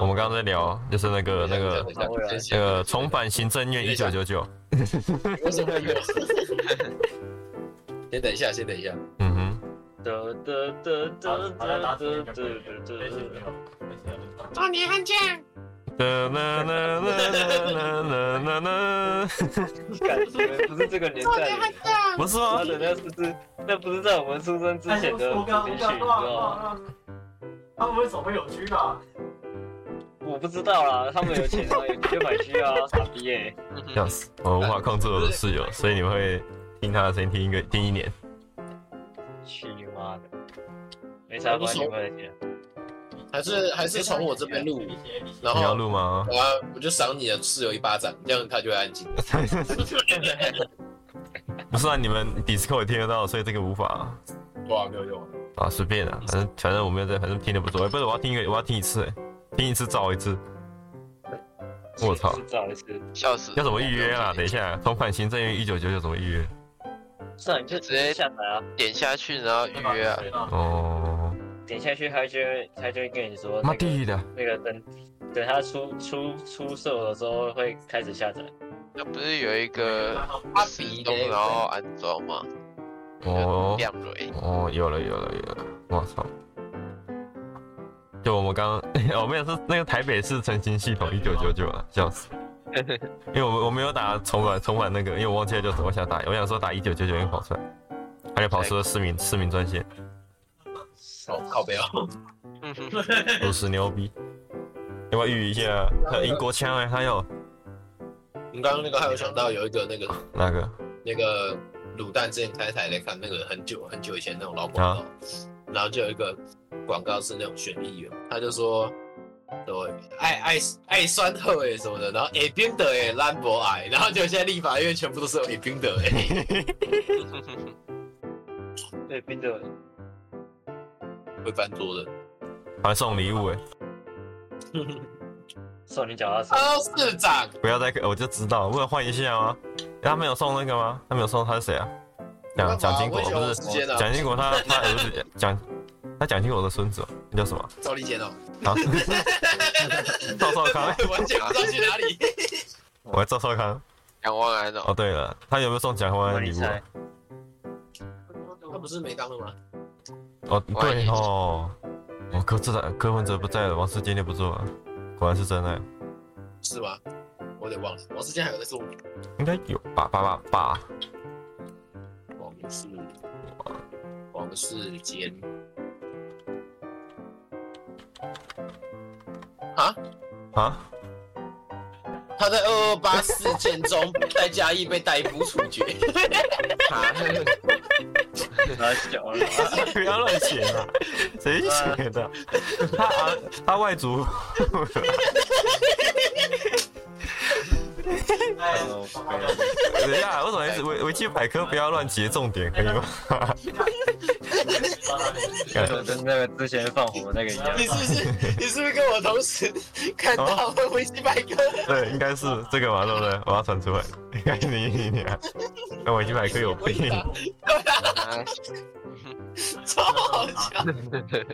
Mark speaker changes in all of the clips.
Speaker 1: 我们刚刚在聊，就是那个那个
Speaker 2: 等一下等一下
Speaker 1: 那个重返行政院一九九九，
Speaker 2: 为什么有？ 先等一下，先等一下。
Speaker 1: 嗯哼，
Speaker 3: 得得得得得得得得
Speaker 4: 少年悍将，
Speaker 1: 啦啦啦啦啦啦啦啦，
Speaker 3: 感觉不是这个年
Speaker 4: 少
Speaker 3: 代
Speaker 4: 年悍
Speaker 3: 的。
Speaker 4: 将，
Speaker 1: 不是啊
Speaker 3: 妈
Speaker 1: 吗？
Speaker 3: 的，那不是那不是在我们出生之前的
Speaker 5: 我
Speaker 3: 歌
Speaker 5: 刚
Speaker 3: 曲，
Speaker 5: 我
Speaker 3: 你知
Speaker 5: 刚
Speaker 3: 道吗？
Speaker 5: 他们为什么会有区啊？
Speaker 3: 我不知道啦，他们有钱啊，有钱就买区啊，傻逼耶！
Speaker 1: 笑死，我无法控制我的室友，所以你们会听他的声音听一个听一年。
Speaker 3: 去你妈的！没啥关系，我的天，
Speaker 2: 还是还是从我这
Speaker 6: 啊
Speaker 2: 边录，然
Speaker 1: 你要
Speaker 2: 后
Speaker 1: 录吗？
Speaker 2: 我要我就赏你的室友一巴掌，这样他就会安静。
Speaker 1: 不是啊，你们 Discord 也听得到，所以这个无法啊
Speaker 2: 哇，没有用啊。
Speaker 1: 啊，随便啊，反正反正我没有在，反正听的不错。哎，不是，我要听一个，我要听一次，哎，听一次照一次。我操
Speaker 3: 是，找一次，
Speaker 6: 笑死！
Speaker 1: 要怎么预约 啊？等一，下，重返行政院一九九九怎么预约？
Speaker 3: 算了，你就直接下载啊，
Speaker 6: 点下去然后预约啊。
Speaker 5: 啊！
Speaker 1: 哦，
Speaker 3: 点下去，他就会他就会跟你说
Speaker 1: 妈
Speaker 3: 那个
Speaker 1: 地的，
Speaker 3: 那个等等他出出出售的时候会开始下载。
Speaker 6: 那不是有一个
Speaker 2: 阿
Speaker 6: 时
Speaker 2: 比
Speaker 6: 钟
Speaker 2: 嘞
Speaker 6: 然后安装吗？
Speaker 1: 哦
Speaker 6: 就亮 蕊，
Speaker 1: 哦，有了有了有了，我操！就我们刚， 我们也是那个台北市澄清系统一九九九啊，笑死！因为我我没有打重返重返那个，因为我忘记了就是我想打，我想说打一九九九会跑出来，而且跑出了市民市民专 线，
Speaker 2: 靠靠 背哦，
Speaker 1: 都是牛逼！要不要预一下？还有英国腔哎、还有
Speaker 2: 你刚刚那个还有想到有一个那个
Speaker 1: 那个
Speaker 2: 那个卤蛋之前开台来看那个很久很久以前那种老广
Speaker 1: 啊
Speaker 2: 告，然后就有一个广告是那种选议员，他就说。对，爱爱爱酸特哎什么的，然后哎冰的哎兰博矮，然后就现在立法院全部都是哎冰的哎，
Speaker 3: 对，冰的
Speaker 2: 会翻桌的。
Speaker 1: 还送礼物哎、
Speaker 3: 送你脚踏车，
Speaker 2: 超市长，
Speaker 1: 不要再我就知道，不能换一下吗？他没有送那个吗？他没有送他是谁啊？
Speaker 2: 没
Speaker 1: 蒋
Speaker 2: 办法
Speaker 1: 蒋经国
Speaker 2: 我也喜欢
Speaker 1: 不
Speaker 2: 王世坚
Speaker 1: 是
Speaker 2: 啊
Speaker 1: 蒋经国他他儿子蒋他蒋经国的孙子哦，那叫什么？
Speaker 2: 赵立坚哦，
Speaker 1: 啊， 赵少 康，
Speaker 2: 完全不知道去哪里。
Speaker 1: 我还赵少康。
Speaker 6: 杨万安哦，
Speaker 1: 哦，对了，他有没有送蒋万安
Speaker 3: 你
Speaker 1: 礼物啊？
Speaker 3: 猜，
Speaker 2: 他不是没当了吗？
Speaker 1: 哦，
Speaker 6: 万
Speaker 1: 对
Speaker 6: 一
Speaker 1: 哦，哦，柯志南柯文哲不在了，王世坚就不做了，果然是真爱，
Speaker 2: 是吗？我有点忘了，王世坚还有在做
Speaker 1: 应该有吧吧吧吧，
Speaker 2: 王世王世坚啊，
Speaker 1: 啊，
Speaker 2: 他在二二八事件中在嘉义被逮捕处 决。
Speaker 1: 啊
Speaker 3: 拿脚了。
Speaker 1: 不要乱写啊，谁写的？他啊他外族。
Speaker 5: 哎，
Speaker 1: 等一下，我怎么一直维维基百科不要乱截重点，可以吗？
Speaker 3: 就跟那个之前放火那个一样，
Speaker 2: 你是不是你是不是跟我同时看到维基百科？
Speaker 1: 对，应该是这个嘛，对不对？我要传出来。你看你你你啊，那维基百科有病。
Speaker 6: 啊
Speaker 2: 超好笑！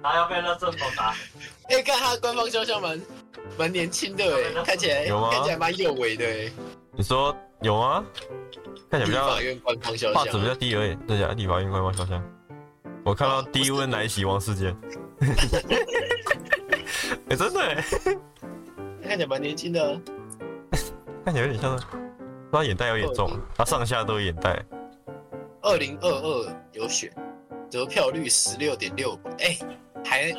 Speaker 5: 还要被那正风打，
Speaker 2: 哎、看他官方肖像蛮蛮年轻的哎，看起来
Speaker 1: 有吗
Speaker 2: 看起来蛮有为的哎。
Speaker 1: 你说有吗？看起
Speaker 2: 立
Speaker 1: 来
Speaker 2: 法
Speaker 1: 比
Speaker 2: 院官方肖
Speaker 1: 较画质比
Speaker 2: 像，
Speaker 1: 较低而已。对呀，立法院官方肖像。我看
Speaker 2: 哦
Speaker 1: 到低温来袭王世坚。 哎、真的、欸，
Speaker 2: 看起来蛮年轻的啊。
Speaker 1: 看起来有点像是，他眼袋有点
Speaker 2: 哦
Speaker 1: 重，啊他上下都有眼袋。
Speaker 2: 二零二二有选，得票率十六点六，哎，还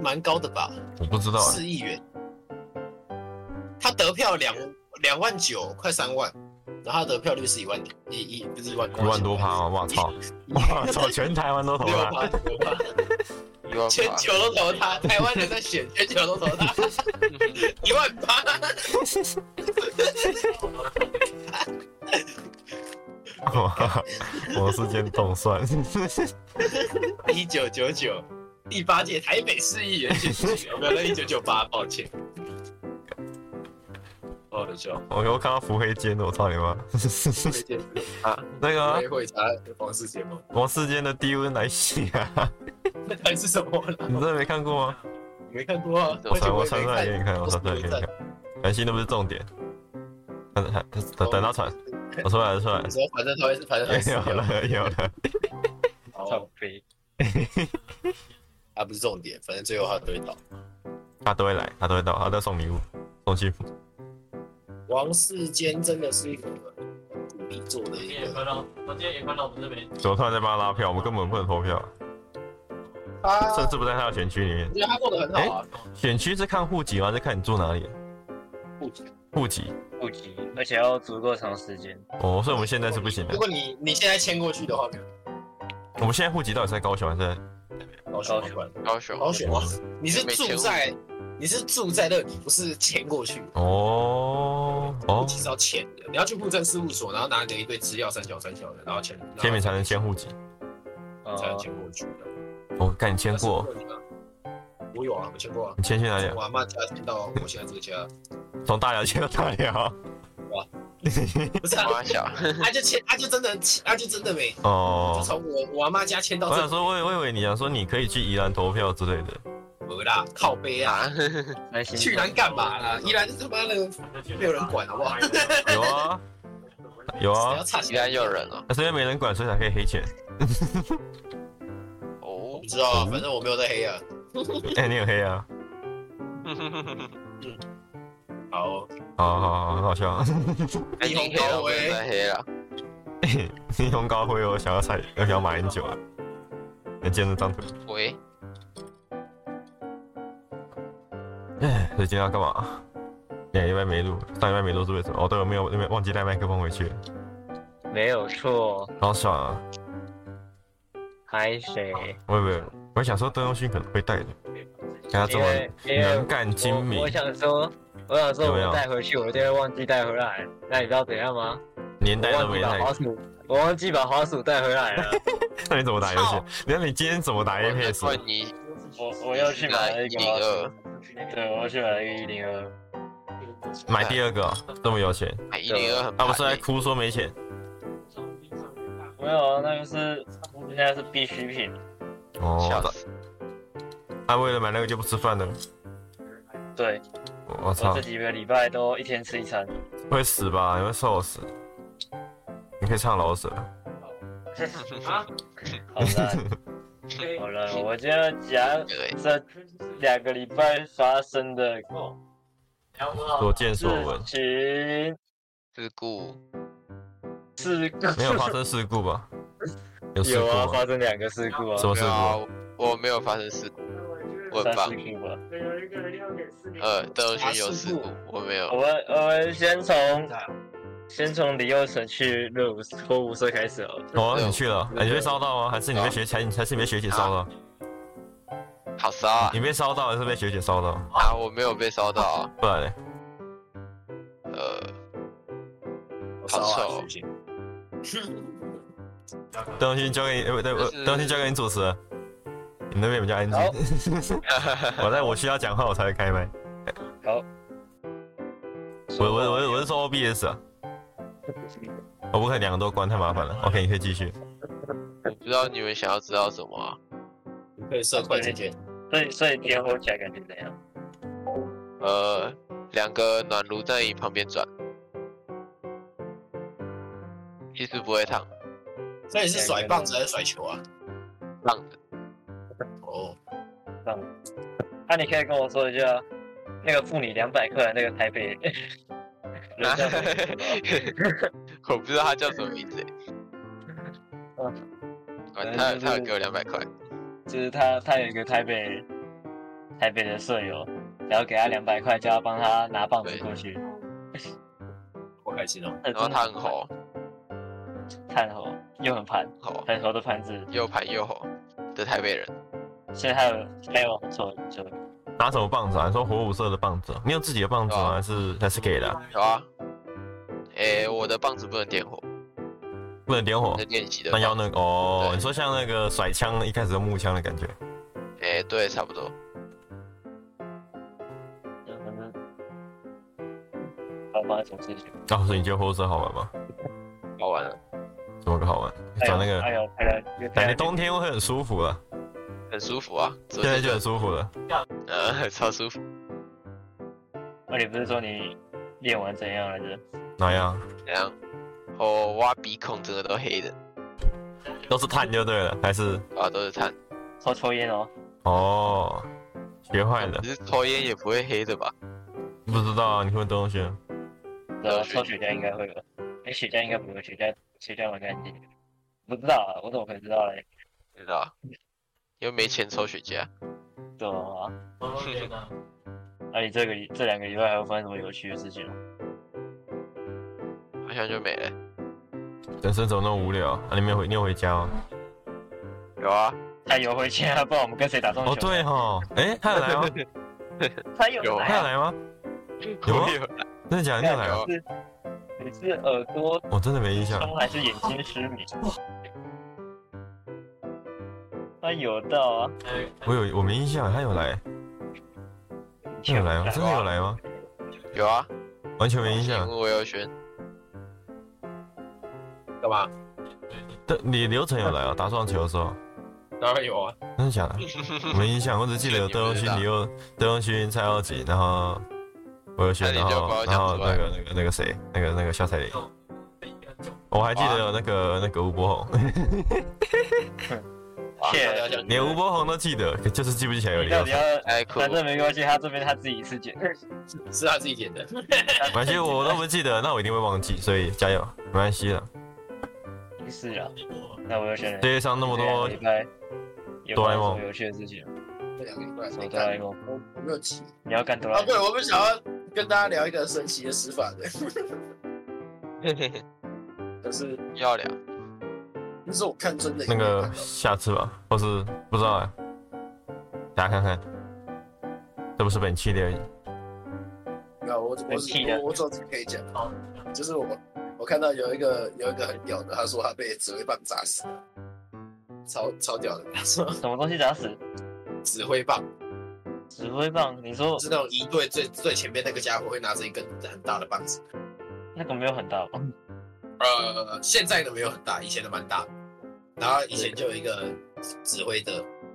Speaker 2: 蛮高的吧？
Speaker 1: 我不知道、欸，
Speaker 2: 四亿元，他得票两两万九，快三万，然后他得票率是一万一一不是一万
Speaker 1: 一万多趴哦，我操！我操，全啊台湾都投
Speaker 2: 六
Speaker 1: 他。
Speaker 2: 趴六趴，
Speaker 6: 一万
Speaker 2: 全
Speaker 6: 八，
Speaker 2: 球都投他，台湾人在选，全球都投他，一万八，
Speaker 1: 哇，王世坚动算，
Speaker 2: 一九九九。第八届台北市议员选举，我没有在一九九八，抱歉。好的笑，
Speaker 1: 我又看到腹黑坚的，我操你妈！
Speaker 2: 推荐
Speaker 1: 那个啊
Speaker 2: 会会查王世杰吗？
Speaker 1: 王世坚的低温来袭啊，
Speaker 2: 还是什么啦？
Speaker 1: 你真的没看过吗？
Speaker 2: 没看过啊，
Speaker 1: 我
Speaker 2: 而且
Speaker 1: 传
Speaker 2: 我
Speaker 1: 我
Speaker 2: 也
Speaker 1: 传
Speaker 2: 没
Speaker 1: 出来给
Speaker 2: 看，
Speaker 1: 你看，我传出来给你看。韩信那不是重点，但是还等等他传，我出来了出来了
Speaker 2: 你，说反正他哎会是啊反正他会死
Speaker 1: 有了有
Speaker 2: 掉，
Speaker 1: 了，
Speaker 3: 靠背，
Speaker 2: 还不是重点，反正最后他都会倒。
Speaker 1: 他都会来，他都会到，他都送礼物，送幸福。
Speaker 2: 王世坚真的是一个很鼓励做的
Speaker 5: 今
Speaker 2: 一
Speaker 5: 天也
Speaker 2: 个，
Speaker 5: 分到，我今天也分到我们这边。
Speaker 1: 怎么突然在帮他拉票？我们根本不能投票啊，
Speaker 2: 他
Speaker 1: 甚至不在他的选区里面
Speaker 2: 我。觉得他做的很好啊，
Speaker 1: 选区是看户籍吗？还是看你住哪里？
Speaker 3: 不急
Speaker 1: 户籍
Speaker 3: 不急，而且要足够长时间。
Speaker 1: 哦，所以我们现在是不行的
Speaker 2: 如。果你你现在迁过去的话，没有
Speaker 1: 我们现在户籍到底是在高雄还是在？
Speaker 2: 高雄好管
Speaker 6: 高雄
Speaker 2: 高雄啊，你是
Speaker 6: 没
Speaker 2: 住
Speaker 6: 迁
Speaker 2: 在你是住在那里，不是迁过去。
Speaker 1: 哦哦，
Speaker 2: 其实要签的，你要去户政事务所，然后拿着一堆资料三小三小的，然后签
Speaker 1: 签名才能迁户籍。
Speaker 3: 呃，
Speaker 2: 才能签过去的。
Speaker 1: 我赶紧签过，
Speaker 2: 但是如果你要？我有啊，我签过啊，
Speaker 1: 你签去哪里啊
Speaker 2: 从？我阿妈家签到我现在这个家，
Speaker 1: 从大寮签到大寮。
Speaker 2: 不 是啊，
Speaker 6: 花小，
Speaker 2: 他就签，啊他就真的，他就真的没，就
Speaker 1: 哦，
Speaker 2: 从我我阿妈家签到
Speaker 1: 我想
Speaker 2: 这
Speaker 1: 说，我以我以为你想说你可以去宜兰投票之类的。
Speaker 2: 没啦，靠背啊，
Speaker 3: 蛮辛苦
Speaker 2: 去南干嘛啦？依然是他妈
Speaker 1: 哦
Speaker 2: 的，只没有人管好不好？
Speaker 1: 有啊，有啊
Speaker 2: 要，差
Speaker 6: 居然有人哦，
Speaker 1: 那是因为没人管，所以才可以黑 钱。
Speaker 2: 我
Speaker 6: 哦
Speaker 2: 不，知道啊，反正我没有在黑啊。
Speaker 1: 哎，你有黑啊？
Speaker 2: 好，
Speaker 1: 好好好，很好笑。
Speaker 6: 已经黑了，不能再黑了，
Speaker 1: 霓虹高辉，我想要踩，我想要马英九啊。能见这张图。
Speaker 6: 喂，
Speaker 1: 哎， 所以今天要干嘛？哎两礼拜没录，上礼拜没录是为什么？哦，对，我没有，没有忘记带麦克风回去，
Speaker 3: 没有错，
Speaker 1: 好爽啊！
Speaker 3: 拍谁？
Speaker 1: 我以为我想说邓东勋可能会带的，看他这
Speaker 3: 因为
Speaker 1: 么
Speaker 3: 因为
Speaker 1: 能干精
Speaker 3: 哎我
Speaker 1: 明
Speaker 3: 我，想说，我想说
Speaker 1: 有没有
Speaker 3: 我带回去，我就会忘记带回来。那你知道怎样吗？
Speaker 1: 年代
Speaker 3: 我
Speaker 1: 都
Speaker 3: 忘
Speaker 1: 没
Speaker 3: 记把
Speaker 1: 带。
Speaker 3: 滑鼠，我忘记把滑鼠带回 来了。
Speaker 1: 那你怎么打游戏？你看你今天怎么打 APS？
Speaker 6: 问你
Speaker 3: 我我要去买了一
Speaker 6: 一
Speaker 3: 个啊
Speaker 6: 零
Speaker 3: 滑鼠，
Speaker 6: 二，
Speaker 3: 对，我要去买了一个一零二。
Speaker 1: 买第二个哦、这么有钱？啊
Speaker 6: 买一零二很
Speaker 1: 他不是
Speaker 6: 便
Speaker 1: 在
Speaker 6: 宜
Speaker 1: 哭说没钱
Speaker 3: 没有啊，那个是现在是必需品。
Speaker 6: 笑
Speaker 1: 哦？
Speaker 6: 死，
Speaker 1: 他为了买那个就不吃饭了，
Speaker 3: 对，
Speaker 1: 我我
Speaker 3: 我
Speaker 1: 操
Speaker 3: 这，几个礼拜都一天吃一餐。
Speaker 1: 会死吧？你会瘦死。你可以唱老舍，
Speaker 5: 啊，
Speaker 3: 好了好了，我今天讲
Speaker 6: 对，
Speaker 3: 这两个礼拜发生的
Speaker 5: 聊不到
Speaker 1: 所见
Speaker 3: 事
Speaker 1: 所闻，
Speaker 3: 情
Speaker 6: 自顾，
Speaker 3: 事故。
Speaker 1: 没有发生事故 吧？有事
Speaker 3: 有啊，
Speaker 1: 故吗？
Speaker 3: 发生两个事故啊，
Speaker 1: 什么
Speaker 6: 没
Speaker 1: 事
Speaker 6: 有啊
Speaker 1: 故？，
Speaker 6: 我没有发生事故，我
Speaker 3: 三
Speaker 6: 很棒，
Speaker 3: 事故吧。
Speaker 5: 有一个人要给四零，
Speaker 6: 呃，邓勋有事故，我没
Speaker 3: 我
Speaker 6: 有，
Speaker 3: 们我们先从先从李幼成去热舞脱舞社开始哦。
Speaker 1: 哦，你去了？哎你被烧到吗？还是你
Speaker 6: 啊
Speaker 1: 被学还还是你被学姐烧到？
Speaker 6: 好骚啊
Speaker 1: 你，被烧到还是被学姐烧到？
Speaker 6: 啊，我没有被烧到啊，
Speaker 1: 不然嘞，
Speaker 6: 呃，
Speaker 2: 我烧啊
Speaker 6: 好丑哦
Speaker 2: 谢谢
Speaker 1: 邓东勋交给你，呃，对，
Speaker 6: 就是
Speaker 1: 邓东勋交给你主持了。你那边比较安静
Speaker 3: 好，
Speaker 1: 我在我需要讲话我才会开麦。我我我我是说 OBS 啊，我不可能两个都关，太麻烦了。OK，你可以继续。
Speaker 6: 我不知道你们想要知道什么啊，
Speaker 2: 你可以设快捷键，
Speaker 3: 所以所以点火起来感觉怎样？
Speaker 6: 呃，两个暖炉在你旁边转，其实不会烫，
Speaker 2: 所以你是甩棒子还是甩球啊？
Speaker 6: 烫的，
Speaker 2: 哦，
Speaker 3: 那、啊你可以跟我说一下那个付你两百克的那个台 北人叫什么名字吗？
Speaker 6: 我不知道他叫什么名字欸，管他，他有给我两百块，
Speaker 3: 就是他他有一个台北台北的舍友，然后给他两百块，叫他帮他拿棒子过去。
Speaker 2: 好开心哦。
Speaker 3: 然
Speaker 6: 然后他很，红，
Speaker 3: 炭猴又很盘，
Speaker 6: 红
Speaker 3: 很猴的盘子，
Speaker 6: 又盘又红的台北人，
Speaker 3: 所以他有还有很丑很丑。
Speaker 1: 拿什么棒子啊？你说火舞社的棒子啊、你有自己的棒子
Speaker 6: 哦
Speaker 1: 吗？还是还是给的啊、
Speaker 6: 有啊，诶，我的棒子不能点火，
Speaker 1: 不能点火
Speaker 6: 是，练习的
Speaker 1: 那要
Speaker 6: 棒，
Speaker 1: 那个哦，
Speaker 6: 对
Speaker 1: 你说像那个甩枪一开始的木枪的感觉，
Speaker 6: 诶，对，差不多，
Speaker 3: 反正好吧，总之就
Speaker 1: 哦，所以你觉得火舞社好玩吗？
Speaker 6: 好玩了，
Speaker 1: 怎么个好玩？找那个，
Speaker 3: 哎呦，哎呦，
Speaker 1: 感觉冬天会很舒服了，
Speaker 6: 很舒服啊，现
Speaker 1: 现在就很舒服了。
Speaker 6: 呃， 超舒服。
Speaker 3: 那哦你不是说你练完怎样来着？
Speaker 1: 哪样？
Speaker 6: 怎样？我挖鼻孔整个都黑的，
Speaker 1: 都是碳就对了，还是
Speaker 6: 啊，都是碳。
Speaker 3: 抽抽烟哦，
Speaker 1: 哦，学坏了
Speaker 6: 只？是抽烟也不会黑的吧？
Speaker 1: 不知道啊，你问东学？
Speaker 3: 然后抽雪茄应该会吧？哎，雪茄应该不会，雪茄雪茄蛮干净的。不知道啊，我怎么可能知道嘞？
Speaker 6: 不知道啊，又没钱抽雪茄。
Speaker 3: 对啊，
Speaker 5: 我都觉得
Speaker 3: 那你这个礼这两个礼拜还有发生什么有趣的事情吗？
Speaker 6: 好像就没了。
Speaker 1: 人生怎么那么无聊啊？你没有回，你有回家吗？
Speaker 6: 有啊，
Speaker 3: 他有回去啊，不然我们跟谁打撞球？
Speaker 1: 哦，对，哈，哎，他有来吗？
Speaker 3: 他有
Speaker 6: 有
Speaker 1: 他有
Speaker 3: 来啊，
Speaker 1: 来吗？有啊
Speaker 6: 我 有
Speaker 1: 真的假的？你有来吗？
Speaker 3: 你是你是耳朵
Speaker 1: 我真的没印象。
Speaker 3: 中还是眼睛失明？他有到啊，
Speaker 1: 我有，我没印象，他有来，他有来吗？真的有来吗？
Speaker 6: 有啊，
Speaker 1: 完全没印
Speaker 6: 请
Speaker 1: 象
Speaker 6: 问。我有选
Speaker 2: 干嘛？
Speaker 1: 但你刘晨有来啊？打撞球的时候，
Speaker 2: 当然有啊，
Speaker 1: 真的假的？我没印象，我只记得有邓荣勋、李佑、邓荣勋、蔡耀景，然后我有选，
Speaker 6: 那
Speaker 1: 然
Speaker 6: 你就
Speaker 1: 后
Speaker 6: 不要
Speaker 1: 然
Speaker 6: 讲
Speaker 1: 后
Speaker 6: 出
Speaker 1: 那
Speaker 6: 来
Speaker 1: 个那个那个谁，那个那个肖彩玲，我还记得有那个那个吴伯宏，
Speaker 6: 哇
Speaker 3: 谢
Speaker 2: 大家讲
Speaker 1: 连吴伯宏都记得，可就是记不起来有
Speaker 3: 你
Speaker 1: 李
Speaker 3: 到
Speaker 1: 佑
Speaker 3: 底
Speaker 1: 成
Speaker 3: 要。
Speaker 6: 太酷
Speaker 3: 反，正没关系，他这边他自己一次剪。
Speaker 2: 是他自己点的，
Speaker 1: 反正我都不记得，那我一定会忘记，所以加油，没关系了。
Speaker 3: 是啊，那我又选了啊
Speaker 1: 世。界上那么多
Speaker 3: 礼拜有
Speaker 1: 哆
Speaker 3: 发
Speaker 1: 啦 A 梦
Speaker 3: 生什么有趣的事情吗？
Speaker 2: 这两个礼拜
Speaker 6: 啊
Speaker 3: 什么
Speaker 2: 啊没
Speaker 3: 哆啦 A
Speaker 2: 看，
Speaker 3: 梦？
Speaker 2: 我我没有骑
Speaker 3: 你要干哆啦
Speaker 2: 啊。
Speaker 3: A
Speaker 2: 对，
Speaker 3: 梦？
Speaker 2: 我们想要跟大家聊一个神奇的死法 的，就是
Speaker 6: 要聊
Speaker 2: 那是我看真的
Speaker 1: 那个下次吧，或是不知道哎、大家看看，这不是本期的而已
Speaker 2: 啊，我我
Speaker 3: 很气的
Speaker 2: 我我总是可以讲，就是我我看到有一个有一个很屌的，他说他被指挥棒砸死了，超超屌的，他 说
Speaker 3: 什么东西砸死？
Speaker 2: 指挥棒
Speaker 3: 指挥棒？你说
Speaker 2: 是那种一队最最前面那个家伙会拿着一根很大的棒子，
Speaker 3: 那个没有很大吧？
Speaker 2: 呃，现在的没有很大，以前的蛮大的。然后以前就有一个指挥的，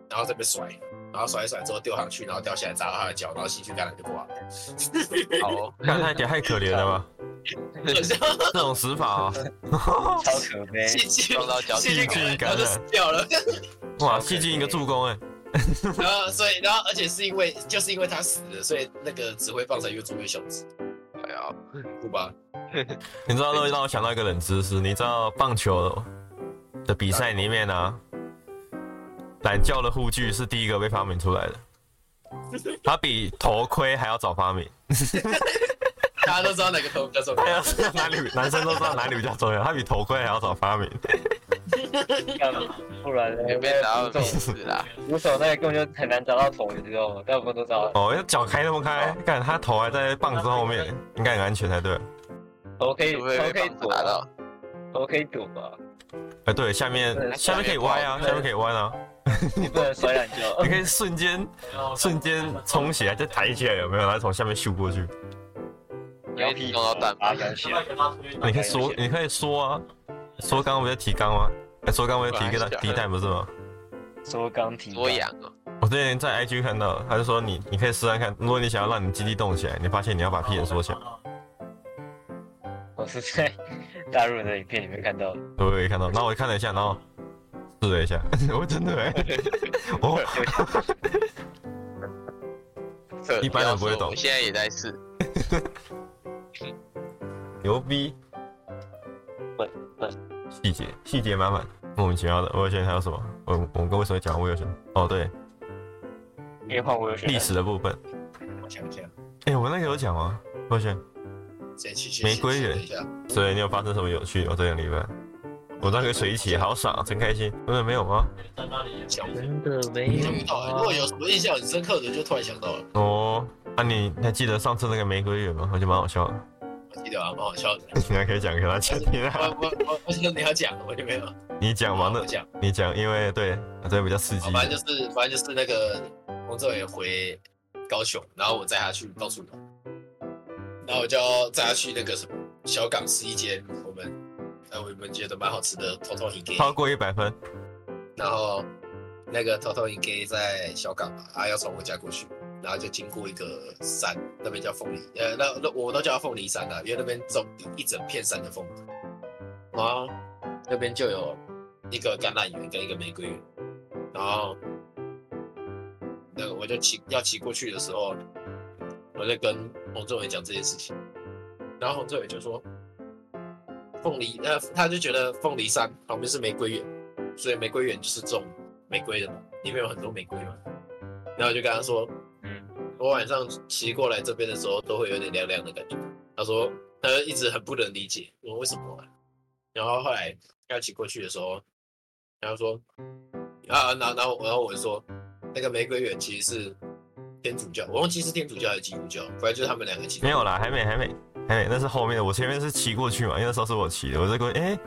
Speaker 2: 然后这边甩，然后甩一甩之后丢上去，然后掉下来砸到他的脚，然后心血感染就挂了。
Speaker 6: 好 哦，
Speaker 1: 看太太可怜了吧，
Speaker 2: 好像
Speaker 1: 这种死法啊、
Speaker 6: 哦
Speaker 3: 超可悲！
Speaker 2: 细菌
Speaker 6: 撞到脚
Speaker 2: 细菌
Speaker 6: 底
Speaker 1: 细菌
Speaker 2: 感染，
Speaker 1: 感
Speaker 2: 然后就
Speaker 1: 染
Speaker 2: 死掉了。
Speaker 1: 哇，戏进一个助攻哎、
Speaker 2: 然后所以然后而且是因为就是因为他死了，所以那个指挥棒才越做越小只，
Speaker 6: 哎呀，
Speaker 2: 不吧？
Speaker 1: 你知道让让我想到一个冷知识，你知道棒球的比赛里面呢、啊，懒觉的护具是第一个被发明出来的，它比头盔还要早发明。
Speaker 2: 大家都知道哪个头比较重
Speaker 1: 哎
Speaker 2: 要
Speaker 1: 呀，，男女男生都知道男女比较重要，它比头盔还要早发明。
Speaker 3: 干嘛不然呢
Speaker 6: 也被打到
Speaker 3: 鼓
Speaker 6: 鼻
Speaker 3: 手
Speaker 6: 子 啦，
Speaker 3: 鼓手那个根本就很难砸到头，你知道吗？大部分都砸到
Speaker 1: 哦，要脚开那么开，看他头还在棒子后面，应该很安全才对。
Speaker 3: 头，可以
Speaker 6: 会不
Speaker 3: 头
Speaker 6: 会
Speaker 3: 哎可以
Speaker 6: 被棒子
Speaker 3: 躲
Speaker 6: 打
Speaker 3: 啊，
Speaker 6: 到？
Speaker 3: 头可以躲吧？
Speaker 1: 哎，对，下面下面可以歪啊，下面可以弯啊，
Speaker 3: 你不能摔懒觉
Speaker 1: 你。可以瞬间瞬间冲起来，再抬起来，有没有？然后从下面咻过去。
Speaker 3: 你要屁股
Speaker 6: 撞到蛋
Speaker 3: 把
Speaker 6: 吧
Speaker 3: 它扬起
Speaker 5: 要
Speaker 3: 来，
Speaker 5: 给他出去
Speaker 1: 你可以说，你可以说啊，说刚刚不是提纲吗？哎，说刚刚不是提一个提弹不是吗？
Speaker 3: 缩钢体。
Speaker 6: 多痒哦，
Speaker 1: 我之前在 IG 看到，他就说你你可以试试看，如果你想要让你基地动起来，你发现你要把屁眼缩
Speaker 5: 哦
Speaker 1: 起来。
Speaker 2: 哎
Speaker 3: 我是在大陆的影片里面看到的，
Speaker 1: 我也看到，然后我看了一下，然后试了一下， 我真的哎，我一般人不会懂
Speaker 6: 我现在也在试，
Speaker 1: 牛逼，
Speaker 3: 笨笨
Speaker 1: 细节细节满满，莫名其妙的。我有选还有什么？我我们为什么讲我有选？哦，对，
Speaker 3: 因为换我有选
Speaker 1: 历史的部分。
Speaker 2: 我想一下，
Speaker 1: 哎、我们那个有讲吗？我选，
Speaker 2: 先去
Speaker 1: 玫瑰人
Speaker 2: 一下，
Speaker 1: 所以你有发生什么有趣的？我这个礼拜，我那个水起好爽啊，真开心。真的没有啊吗？
Speaker 5: 在那里
Speaker 2: 想不
Speaker 3: 真的没
Speaker 2: 到
Speaker 3: 哦
Speaker 2: 欸。如果有什么印象很深刻的，就突然想到了，
Speaker 1: 哦，那、你还记得上次那个玫瑰园吗？我觉得蛮好笑的，
Speaker 2: 我记得啊，蛮好笑的。
Speaker 1: 你还可以讲给他听听
Speaker 2: 我
Speaker 1: 啊。
Speaker 2: 我我我觉得你要讲，我就没有。
Speaker 1: 你讲完
Speaker 2: 我
Speaker 1: 了
Speaker 2: 不，讲。
Speaker 1: 你讲，因为对，啊这比较刺激
Speaker 2: 好，。反正就是反正就是那个洪志伟回高雄，然后我载他去到处玩，然后我就要载他去那个什么小港吃一间我们呃我们觉得蛮好吃的偷偷 g 给，
Speaker 1: 超过一百分，
Speaker 2: 然后那个偷偷 g 给在小港嘛，啊要从我家过去，然后就经过一个山，那边叫凤梨，呃，那那我都叫它凤梨山啊，因为那边种一一整片山的凤梨，然后那边就有一个橄榄园跟一个玫瑰园，然后那个我就骑要骑过去的时候，我在跟洪仲伟讲这件事情，然后洪仲伟就说凤梨，呃，他就觉得凤梨山旁边是玫瑰园，所以玫瑰园就是种玫瑰的嘛，里面有很多玫瑰嘛，然后我就跟他说。
Speaker 1: 嗯
Speaker 2: 我晚上骑过来这边的时候，都会有点凉凉的感觉。他说他一直很不能理解，我说为什么、啊？然后后来要骑过去的时候，然后说啊，然后然后然后我就说那个玫瑰园其实是天主教，我忘记是天主教还是基督教，反正就是他们两个骑。
Speaker 1: 没有啦，还没，还没，还没，那是后面的。我前面是骑过去嘛，因为那时候是我骑的，我在过去，哎、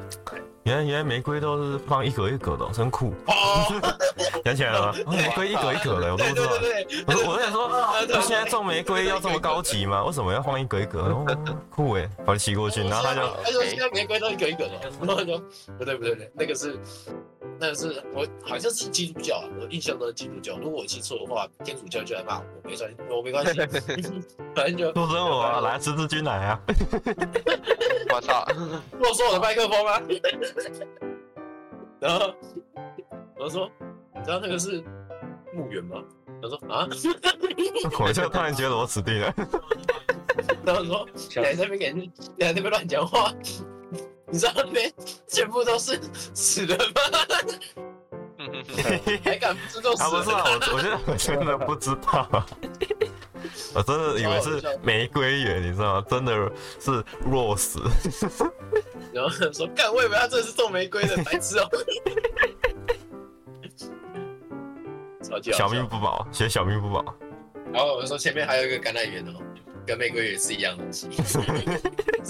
Speaker 1: 原来原来玫瑰都是放一格一格的哦，真酷！
Speaker 2: 哦，
Speaker 1: 想起来了吗？哦玫瑰一格一格的，我都
Speaker 2: 对
Speaker 1: 不知
Speaker 2: 对
Speaker 1: 道。
Speaker 2: 对对，
Speaker 1: 我我在想说，
Speaker 2: 啊
Speaker 1: 那现在种玫瑰要这么高级吗？为什么要放一格一格？哦，酷哎！把它骑过去，然后他就哎
Speaker 2: 他说现在玫瑰都一个一个的，然后就不对不对不对，那个是那个是我好像是基督教，啊我印象中是基督教。如果我记错的话，天主教就来骂我，没关系，我没 关系，反正就
Speaker 1: 说真我啊，来吃只君奶啊！
Speaker 6: 我 操，
Speaker 2: 没收我的麦克风啊。然后我说，你知道那个是墓园吗？他说啊，
Speaker 1: 我就突然觉得我死定了。
Speaker 2: 然后说你在那边给人，你在那边乱讲话，你知道那边全部都是死人吗？还敢尊重死
Speaker 1: 啊，
Speaker 2: 人？
Speaker 1: 不是啊，我我觉得我真的不知道啊，我真的以为是玫瑰园，你知道吗？真的是 rose。
Speaker 2: 然后说干，我以为他真的是种玫瑰的，白痴 哦、超级好笑
Speaker 1: 小命不保，学小命不保。
Speaker 2: 然后我说前面还有一个橄榄园哦，跟玫瑰园是一样的 东西，自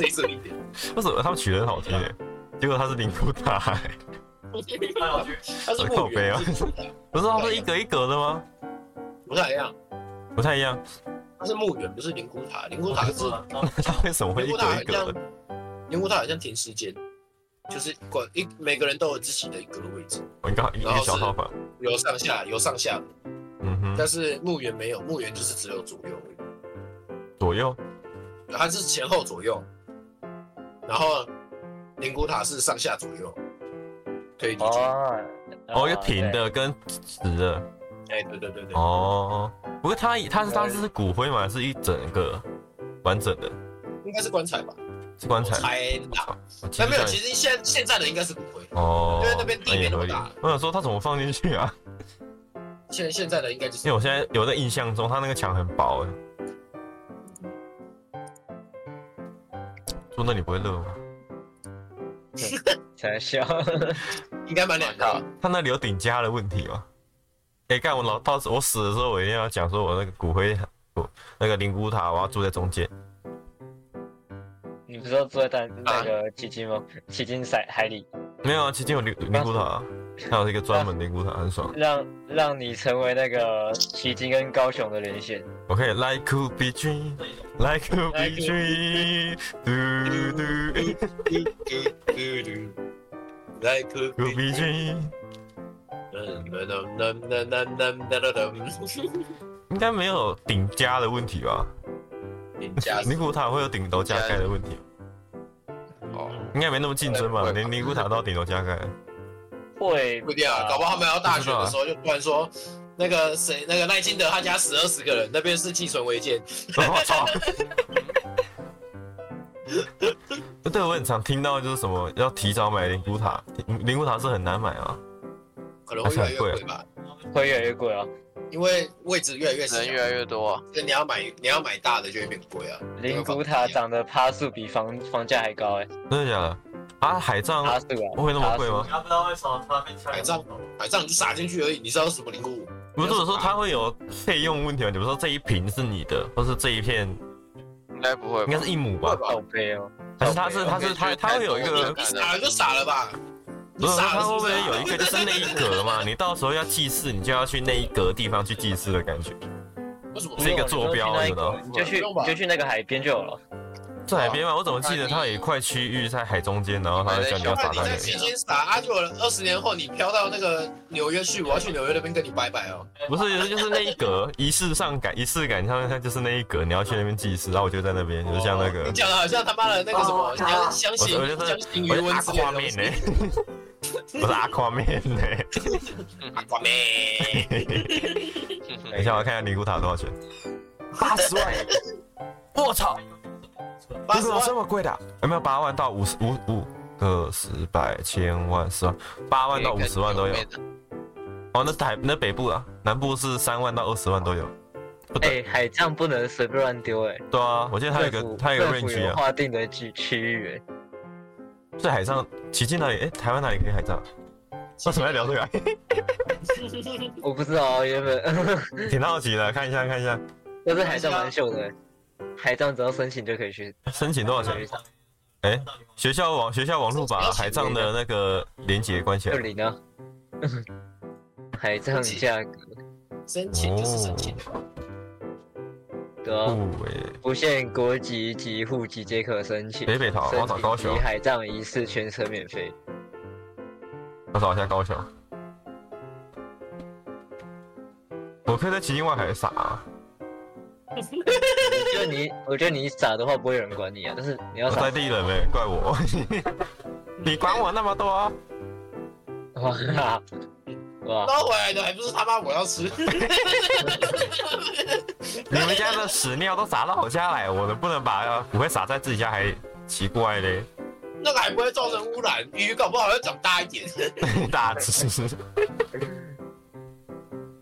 Speaker 2: 己注意一点。
Speaker 1: 为什么他们取得很好听欸？结果他是灵骨塔欸、
Speaker 2: 它是墓园，
Speaker 1: 靠
Speaker 2: 不是的
Speaker 1: 不是他们一格一格的吗？
Speaker 2: 不太一样，
Speaker 1: 不太一样，
Speaker 2: 它是墓园，不是灵骨塔。灵骨塔是
Speaker 1: 他为什么会
Speaker 2: 灵
Speaker 1: 一
Speaker 2: 骨塔
Speaker 1: 格哦一
Speaker 2: 很
Speaker 1: 格
Speaker 2: 像
Speaker 1: 的？
Speaker 2: 灵骨塔，好像停尸间，就是管一每个人都有自己的一个位置，
Speaker 1: 我刚一
Speaker 2: 然
Speaker 1: 个
Speaker 2: 后是
Speaker 1: 小套房，
Speaker 2: 有上下，有上下，
Speaker 1: 嗯哼，
Speaker 2: 但是墓园没有，墓园就是只有左右而已。
Speaker 1: 左右
Speaker 2: 它是前后左右，然后灵骨塔是上下左右，可以理解。
Speaker 3: 哦，
Speaker 1: 哦，一个平的跟直的
Speaker 2: 哎、对对对对，
Speaker 1: 哦。不过他他是当时是骨灰嘛，是一整个完整的，
Speaker 2: 应该是棺材吧？
Speaker 1: 是棺
Speaker 2: 我
Speaker 1: 材。哦
Speaker 2: 猜啦，
Speaker 1: 我记
Speaker 2: 但哦没有，
Speaker 1: 得
Speaker 2: 其实现在现在的应该是骨灰，
Speaker 1: 哦，
Speaker 2: 因为那边地没那么
Speaker 1: 也合理
Speaker 2: 大
Speaker 1: 我想说他怎么放进去啊？
Speaker 2: 现现在的应该就是
Speaker 1: 因为我现在有在印象中，他那个墙很薄哎。住那里不会热吗？
Speaker 3: 才笑，
Speaker 2: 应该蛮两个。
Speaker 1: 他那里有顶加的问题吗？哎、干我老到时我死的时候，我一定要讲说我那个骨灰，我那个灵骨塔，我要住在中间。
Speaker 3: 你不是要坐在蛋那个基金吗？基金海海里，
Speaker 1: 没有啊，其实有灵灵骨塔、啊，还有一个专门灵骨塔，很 爽。
Speaker 3: 让让你成为那个奇金跟高雄的连线。
Speaker 1: 我可以 like to be dream, like to be dream，嘟嘟
Speaker 2: 来可
Speaker 1: to be dream。应该没有顶加的问题吧？
Speaker 2: 人家
Speaker 1: 灵骨塔会有顶楼加盖的问题，
Speaker 6: 哦，
Speaker 1: 应该没那么竞争吧？
Speaker 6: 会吧
Speaker 1: 连灵骨塔到顶楼加盖，
Speaker 3: 会
Speaker 2: 不一定啊，搞不好他们要大选的时候就突然说，那个谁，那个赖清德他家死二十个人，那边是寄存违建，
Speaker 1: 我操！对，我很常听到就是什么要提早买灵骨塔，灵骨塔是很难买啊。
Speaker 2: 可能会越来越贵吧，
Speaker 3: 会越来越贵啊！
Speaker 2: 因为位置越来越小，
Speaker 6: 人越来越多，啊
Speaker 2: 所以你要买你要买大的就会变贵啊。
Speaker 3: 灵骨塔涨的趴数比房房价还高哎、
Speaker 1: 真的假的？啊，海葬
Speaker 3: 趴数啊，
Speaker 1: 不会那么贵吗？
Speaker 5: 不知道为什么他被抢
Speaker 2: 买账买账你啊就撒进去而已，你知道是什么灵啊骨？
Speaker 1: 不是我说它会有费用问题吗？比如说这一瓶是你的，或是这一片
Speaker 6: 应该不会
Speaker 1: 应该
Speaker 6: 吧？
Speaker 1: 是一亩
Speaker 2: 会
Speaker 1: 吧？
Speaker 3: 好
Speaker 2: 吧？
Speaker 3: 悲哦！
Speaker 1: 还是它是它
Speaker 6: 我
Speaker 1: 是
Speaker 6: 感觉
Speaker 1: 它它会有一个，
Speaker 2: 你傻了就傻了吧，
Speaker 1: 不
Speaker 2: 你
Speaker 1: 是
Speaker 2: 傻
Speaker 1: 它
Speaker 2: 了是
Speaker 1: 会
Speaker 2: 不
Speaker 1: 不会
Speaker 2: 是啊？
Speaker 1: 有一个就是 那一格嘛？你到时候要祭祀，你就要去那一格地方去祭祀的感觉。
Speaker 2: 为什么
Speaker 1: 是一个坐标
Speaker 3: 你就去那一
Speaker 1: 有的
Speaker 3: 你就去你就去那个海边就有了。
Speaker 1: 在海边吗？我怎么记得它有一块区域在海中间，然后它叫你要
Speaker 2: 不
Speaker 1: 撒
Speaker 2: 然你
Speaker 1: 那
Speaker 2: 在
Speaker 1: 个
Speaker 2: 期间傻啊，就二十年后你飘到那个纽约去，我要去纽约那边跟你拜拜哦。
Speaker 1: 不是，就是那一格仪式上感，仪式感上像就是那一格，你要去那边祭祀，然后我就在那边，就是像那个
Speaker 2: 哦 你，讲的好像他妈的那个什么，你要相信
Speaker 1: 我我就是
Speaker 2: 相信余
Speaker 1: 我是
Speaker 2: 温
Speaker 1: 阿
Speaker 2: 之类的
Speaker 1: 夸
Speaker 2: 东
Speaker 1: 面
Speaker 2: 西
Speaker 1: 呢。， 我是阿夸面呢。
Speaker 2: 阿瓜妹，
Speaker 1: 等一下，我看一下尼古塔多少钱，八十万， 我操，
Speaker 2: 八十万
Speaker 1: 么贵的？有没有八万到五十五五个十百千万十万，八万到五十万都有。哦，那是台那北部啊，南部是三万到二十万都有。不等
Speaker 3: 哎、海葬不能随便乱丢哎，
Speaker 1: 对啊，我记得它有一
Speaker 3: 政府
Speaker 1: 个它有一个
Speaker 3: 政府
Speaker 1: range
Speaker 3: 有
Speaker 1: 啊，
Speaker 3: 划定的区区域哎，
Speaker 1: 在海上骑进哪里？哎、台湾哪里可以海葬？为什么要聊这个啊？
Speaker 3: 我不知道哦原本
Speaker 1: 挺好奇的，看一下看一下，
Speaker 3: 但是海葬蛮秀的哎，海葬只要申请就可以去
Speaker 1: 申请多少钱？哎、学校网学校网络把海葬的那个连接关起
Speaker 3: 二
Speaker 1: 来。
Speaker 3: 零啊。 海葬价格
Speaker 2: 申请就是申请，嗯
Speaker 3: 对啊，
Speaker 1: 哦哎、
Speaker 3: 不限国籍及户籍皆可申请。
Speaker 1: 北北桃，我找
Speaker 3: 申请
Speaker 1: 高
Speaker 3: 及
Speaker 1: 雄，
Speaker 3: 海葬仪式全程免费。
Speaker 1: 我找一下高雄。我可以在奇境外海撒、啊，
Speaker 3: 就你，我觉得你傻的话不会有人管你啊，但是你要
Speaker 1: 我在
Speaker 3: 傻
Speaker 1: 地人呗、怪我。你管我那么多、
Speaker 3: 的话， 哇，
Speaker 2: 捞回来的还不是他妈我要吃？
Speaker 1: 你们家的屎尿都撒到我家来，我能不能把不会撒在自己家还奇怪嘞？
Speaker 2: 那个还不会造成污染，鱼搞不好要长大一点。
Speaker 1: 大只。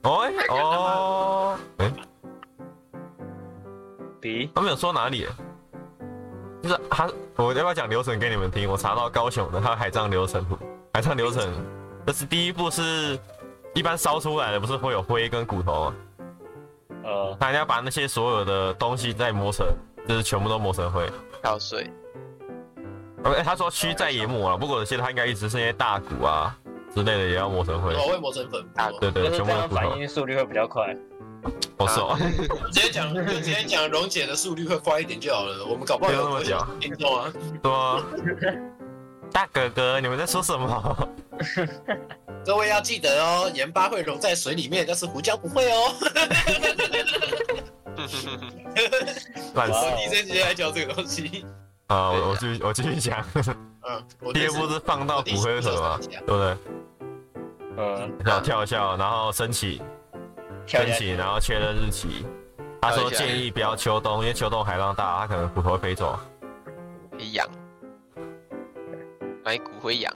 Speaker 1: 哦哎哦，哎、
Speaker 3: 比
Speaker 1: 他们有说哪里？就是他，我要不要讲流程给你们听？我查到高雄的，它有海葬流程图，海葬流程，这是第一步是，一般烧出来的不是会有灰跟骨头吗？
Speaker 3: 呃，
Speaker 1: 他要把那些所有的东西再磨成，就是全部都磨成灰。
Speaker 6: 跳水，
Speaker 1: 而、欸、他说须再研磨了，啊不过有些他应该一直是那些大骨啊之类的也要磨成灰。
Speaker 2: 我会磨成粉末。
Speaker 1: 对对，
Speaker 3: 哦就是
Speaker 1: 全
Speaker 3: 这
Speaker 1: 部的
Speaker 3: 样
Speaker 1: 骨
Speaker 3: 反
Speaker 1: 头。
Speaker 3: 应速率会比较快。
Speaker 1: 哦是
Speaker 3: 啊
Speaker 1: 哦，
Speaker 2: 直接讲，就直接讲，溶解的速率会快一点就好了。我们搞不好
Speaker 1: 不用
Speaker 2: 有
Speaker 1: 那么讲
Speaker 2: 听众啊，
Speaker 1: 对啊。大哥哥，你们在说什 么？
Speaker 2: 各位要记得哦，盐巴会溶在水里面，但是胡椒不会哦。
Speaker 1: 烂死
Speaker 3: 哇
Speaker 2: 你这直接来教这个东西，
Speaker 1: 啊！我我继续我继续 讲，
Speaker 2: 嗯，我
Speaker 1: 第
Speaker 2: 第
Speaker 1: 二步是放到
Speaker 2: 我第一
Speaker 1: 骨灰
Speaker 2: 次
Speaker 1: 盒嘛，
Speaker 2: 就是
Speaker 1: 对不对？
Speaker 3: 呃，
Speaker 1: 然后跳一下，然后升起，
Speaker 3: 跳
Speaker 1: 升
Speaker 3: 下
Speaker 1: 起，
Speaker 3: 去，
Speaker 1: 然后确认日期。他说建议不要秋冬，因为秋冬海浪大，他可能骨头会飞走。
Speaker 6: 一养，买骨灰养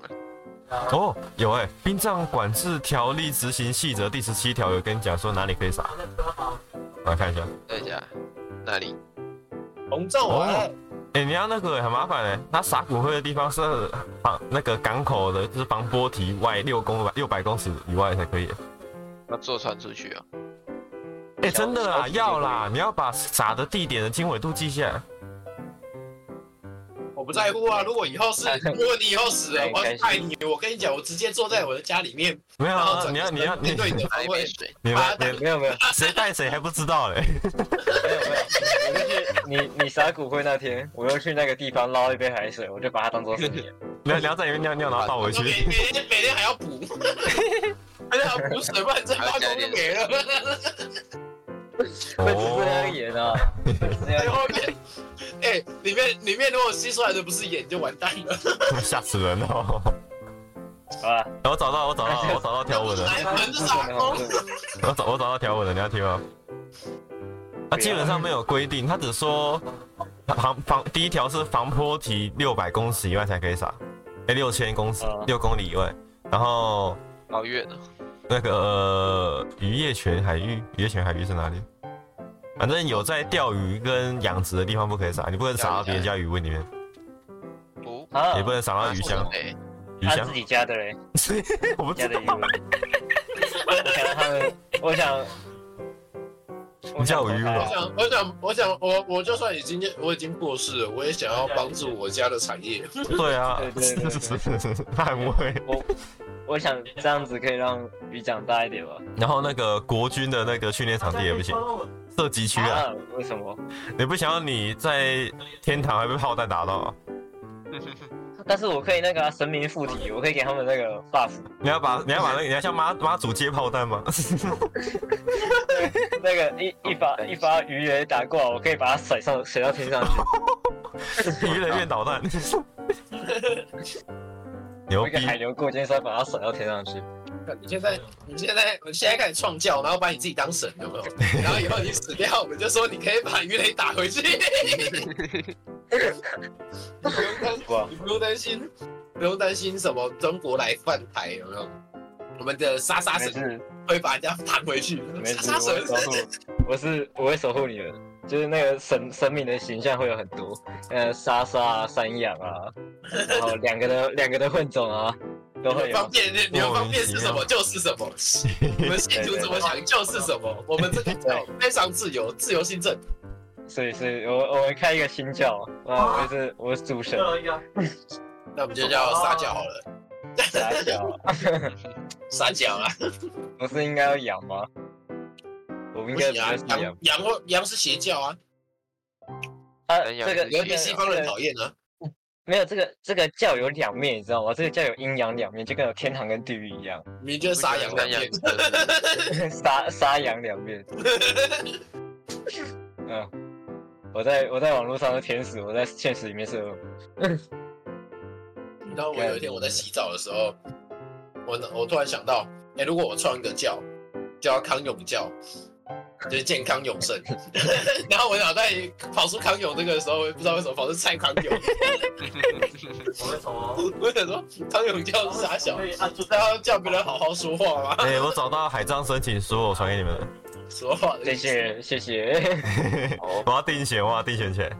Speaker 6: 啊，
Speaker 1: 哦，有哎、殡葬管制条例执行细则第十七条有跟你讲说哪里可以撒，我来看一下。
Speaker 6: 大家那里
Speaker 2: 红皂啊，
Speaker 1: 哎、你要那个、很麻烦哎、他撒骨灰的地方是防那个港口的，就是防波堤外六公六百公尺以外才可以、
Speaker 6: 要坐船出去 哦。
Speaker 1: 哎、真的啊，要啦，你要把撒的地点的经纬度记下来。
Speaker 2: 我不在乎啊。如果以后是，如果你以后死了，我要去害你，我跟你讲，我直接坐在我的家里面，
Speaker 1: 没有
Speaker 2: 然后
Speaker 1: 啊，
Speaker 2: 转
Speaker 1: 你要你要你
Speaker 2: 面对你的
Speaker 6: 买
Speaker 2: 方
Speaker 6: 一
Speaker 2: 位
Speaker 6: 杯，水，
Speaker 1: 你
Speaker 2: 把它
Speaker 1: 们
Speaker 2: 打
Speaker 1: 你
Speaker 3: 没有没有
Speaker 1: 谁带谁还不知道嘞、欸
Speaker 3: 没有没有，我就去你你 撒骨灰那天，我又去那个地方捞一杯海水，我就把它当做是你。
Speaker 1: 你要你要在里面尿尿，然后倒回
Speaker 2: 每
Speaker 1: 去。
Speaker 2: 每天每天还要补，还要补水，不然这八公就没了。
Speaker 1: 哦
Speaker 3: 我只是要演啊，
Speaker 2: 最后面，哎，里面里面如果吸出来的不是眼，就完蛋了。
Speaker 1: 吓死人哦！
Speaker 3: 啊，
Speaker 1: 然后找到我找到我找到条纹了，
Speaker 2: 哎，门是打工。
Speaker 1: 我找我找到条纹了，你要听吗？它基本上没有规定，它只说防防第一条是防坡堤六百公尺以外才可以撒，哎六千公尺
Speaker 3: 嗯
Speaker 1: 六公里以外，然后
Speaker 6: 好远哦，
Speaker 1: 那个呃渔业权海域，渔业权海域是哪里？反正有在钓鱼跟养殖的地方不可以撒，你不能撒到别人家鱼尾里面，
Speaker 6: 不，
Speaker 3: 啊，
Speaker 1: 也不能撒到鱼
Speaker 6: 啊
Speaker 1: 箱
Speaker 6: 哎，
Speaker 1: 鱼
Speaker 3: 他
Speaker 1: 箱
Speaker 3: 自。己家的嘞，
Speaker 1: 我不
Speaker 3: 家
Speaker 1: 知
Speaker 3: 的
Speaker 1: 道
Speaker 3: 鱼。尾。我想他们，我想，
Speaker 1: 你叫我鱼
Speaker 2: 我
Speaker 1: 尾
Speaker 2: 想，我想，我想，我我就算已经我已经过世了，我也想要帮助我家的产业。
Speaker 1: 对啊，
Speaker 3: 对对对
Speaker 1: 是是是 是，他很会。
Speaker 3: 我我想这样子可以让鱼长大一点吧。
Speaker 1: 然后那个国军的那个训练场地也不行，射击区啊！
Speaker 3: 啊？为什么？
Speaker 1: 你不想要你在天堂还被炮弹打到啊？
Speaker 3: 但是我可以那个啊、神明附体，我可以给他们那个 buff，
Speaker 1: 你要把你要把那个你要向妈妈祖接炮弹吗？
Speaker 3: 那个一一
Speaker 1: 哦
Speaker 3: 发一发鱼雷打过来，我可以把它甩上甩到天上去，
Speaker 1: 鱼雷变导弹， 牛
Speaker 3: 我一个
Speaker 1: 逼！
Speaker 3: 海流过肩摔把它甩到天上去。
Speaker 2: 你现在，你现在，你现在开始创教，然后把你自己当神，有 没有？然后以后你死掉，我们就说你可以把鱼雷打回去。你不用担
Speaker 3: 哇，
Speaker 2: 你不用担心，不用担心什么中国来犯台，有没有？我们的杀杀
Speaker 3: 没
Speaker 2: 神
Speaker 3: 事
Speaker 2: 会把人家弹回去，
Speaker 3: 没事，
Speaker 2: 杀杀
Speaker 3: 我会
Speaker 2: 神
Speaker 3: 守护，我是我会守护你的。就是那个神神明的形象会有很多，呃，莎莎啊、山羊啊，然后两个的两个的混种啊，都会
Speaker 2: 你们方
Speaker 3: 有。
Speaker 2: 便，你们方便是什么就是什么，你们信徒怎么想就是什么，我们这个教非常自由，自由新政。
Speaker 3: 所以是我我会开一个新教啊，我就是我是主神，
Speaker 5: 这样
Speaker 2: 那我们就叫撒娇好了，
Speaker 3: 傻小啊，
Speaker 2: 撒娇啊！
Speaker 3: 不是应该要羊吗？我应
Speaker 2: 不
Speaker 3: 该
Speaker 2: 行
Speaker 3: 比
Speaker 2: 啊
Speaker 3: 较是，羊
Speaker 2: 羊。羊或羊是邪教啊，
Speaker 3: 啊，
Speaker 6: 哎呀
Speaker 3: 这个
Speaker 2: 你要被西方人
Speaker 3: 这个
Speaker 2: 讨厌啊。
Speaker 3: 没有这个这个教有两面，你知道吗？这个教有阴阳两面，就跟有天堂跟地狱一样，
Speaker 2: 明就是杀羊两面，
Speaker 3: 杀杀羊两面。 嗯，我在我在网络上是天使，我在现实里面是恶魔。
Speaker 2: 你知道我有一天我在洗澡的时候，我我突然想到，哎、如果我创一个教，叫康永教，就是健康永 生。然后我脑袋里跑出康永这个的时候，我也不知道为什么跑出蔡康永，
Speaker 5: 我会从
Speaker 2: 我想说康永教是傻小，
Speaker 5: 啊，就
Speaker 2: 他要叫别人好好说话吗？
Speaker 1: 哎、我找到海葬申请书，我传给你们了。
Speaker 2: 说话的
Speaker 3: 谢
Speaker 2: 意思
Speaker 3: 谢谢谢，
Speaker 1: 我要定选，我要定选起来，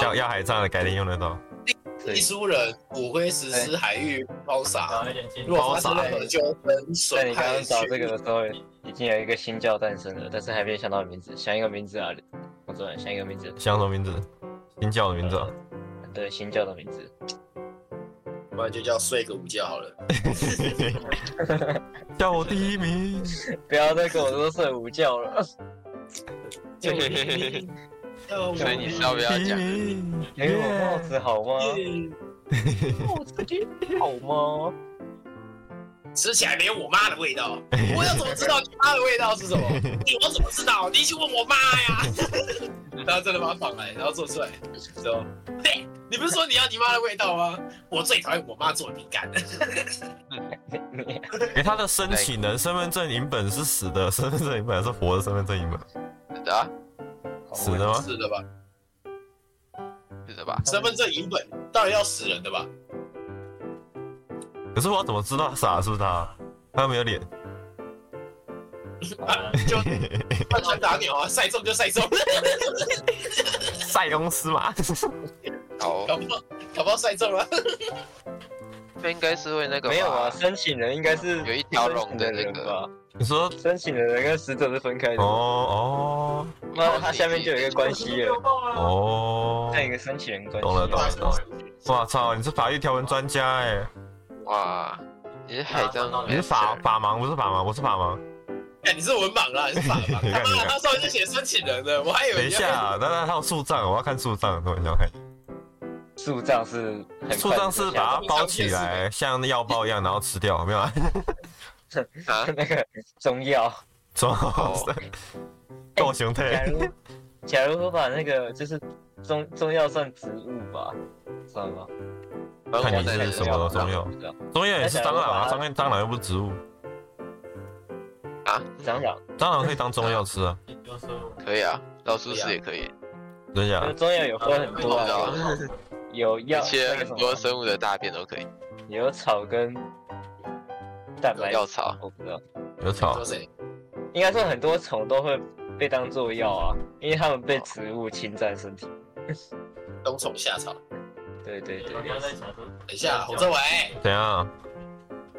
Speaker 1: 要要海葬的改天用得到。
Speaker 2: 一书人骨灰实施海域包撒，
Speaker 5: 有点轻
Speaker 2: 如果发生任何纠纷
Speaker 3: 在
Speaker 2: 损
Speaker 3: 你刚
Speaker 2: 害
Speaker 3: 刚
Speaker 2: 区
Speaker 3: 找这个的时候，已经有一个新教诞生了，但是还没想到名字，想一个名字啊，我昨晚想一个名字，
Speaker 1: 想什么名字？新教的名
Speaker 3: 呃
Speaker 1: 字、啊？
Speaker 3: 对新教的名字，
Speaker 2: 不然就叫睡个午觉好了。
Speaker 1: 叫我第一名。
Speaker 3: 不要再跟我说睡午觉 了，
Speaker 2: 救命！救
Speaker 6: 所以你
Speaker 2: 命
Speaker 6: 是要不要
Speaker 1: 第一
Speaker 6: 讲？
Speaker 1: 名，
Speaker 3: 给我哎帽子好吗？好吗？
Speaker 2: 吃起来没有我妈的味道，我要怎么知道你妈的味道是什么？你我怎么知道？你去问我妈呀。然后真的把它放来，然后做出来，之后，嘿，你不是说你要你妈的味道吗？我最讨厌我妈做的饼干。
Speaker 1: 哎、他的申请人身份证影本是死的，身份证影本还是活的身份证影本？
Speaker 3: 哦
Speaker 6: 是的啊，
Speaker 1: 死的吗？
Speaker 2: 是的吧？
Speaker 6: 是的吧？
Speaker 2: 身份证影本当然要死人的吧？
Speaker 1: 可是我要怎么知道傻是不是他？他又没有脸。
Speaker 2: 啊，就乱枪打鸟啊，赛中就赛中，
Speaker 1: 塞翁失马。
Speaker 6: 好，
Speaker 2: 搞不好搞不好赛中了。
Speaker 6: 这应该是会那个吧
Speaker 3: 没有啊，申请人应该是
Speaker 6: 有一条龙的那个，
Speaker 1: 你说
Speaker 3: 申请的人跟死者是分开的。
Speaker 1: 哦
Speaker 3: 那它下面就有一个关系了，
Speaker 1: 哦哦
Speaker 3: 像，一个申请人关系。
Speaker 1: 懂了懂了懂了。哇操，你是法律条文专家哎、
Speaker 6: 哇，你是海张，
Speaker 1: 你是法法盲不是法盲，我是法盲。
Speaker 2: 哎，你是文盲啦，你是法盲？
Speaker 1: 你
Speaker 2: 他
Speaker 1: 看你
Speaker 2: 妈的，
Speaker 1: 看
Speaker 2: 他上面就写申请人的，我还以为
Speaker 1: 等一
Speaker 2: 你要
Speaker 1: 下、啊，那那还有树葬，我要看树葬，等我想看。
Speaker 3: 树葬是很快？
Speaker 1: 树葬是把它包起来，像药包一样，然后吃掉，没有啊？
Speaker 6: 啊
Speaker 3: 那个中药。
Speaker 1: 什
Speaker 6: 哦
Speaker 1: 么？够熊
Speaker 3: 假
Speaker 1: 退？
Speaker 3: 如假如我把那个就是中中药算植物吧，算吗？
Speaker 1: 看你
Speaker 6: 我在
Speaker 1: 是
Speaker 6: 那
Speaker 1: 什
Speaker 6: 个
Speaker 1: 么中药
Speaker 3: 不知道？
Speaker 1: 中药也是蟑螂啊，蟑螂蟑螂又不是植物，
Speaker 6: 啊？
Speaker 3: 蟑螂，
Speaker 1: 蟑螂可以当中药吃啊。
Speaker 6: 可以啊，老鼠屎也可以，
Speaker 1: 等一下
Speaker 3: 那，中药有分很多
Speaker 6: 啊
Speaker 3: 啊，有药
Speaker 6: 一，切
Speaker 3: 那个
Speaker 6: 很
Speaker 3: 什么
Speaker 6: 多生物的大便都可以，
Speaker 3: 有草跟蛋白
Speaker 6: 药，草。
Speaker 3: 我不知道，
Speaker 1: 有草
Speaker 2: 说，谁？
Speaker 3: 应该说很多虫都会被当做药啊，因为它们被植物侵占身体。
Speaker 2: 冬虫夏草。
Speaker 3: 对对对，
Speaker 2: 等一下，啊洪政伟，
Speaker 1: 怎样？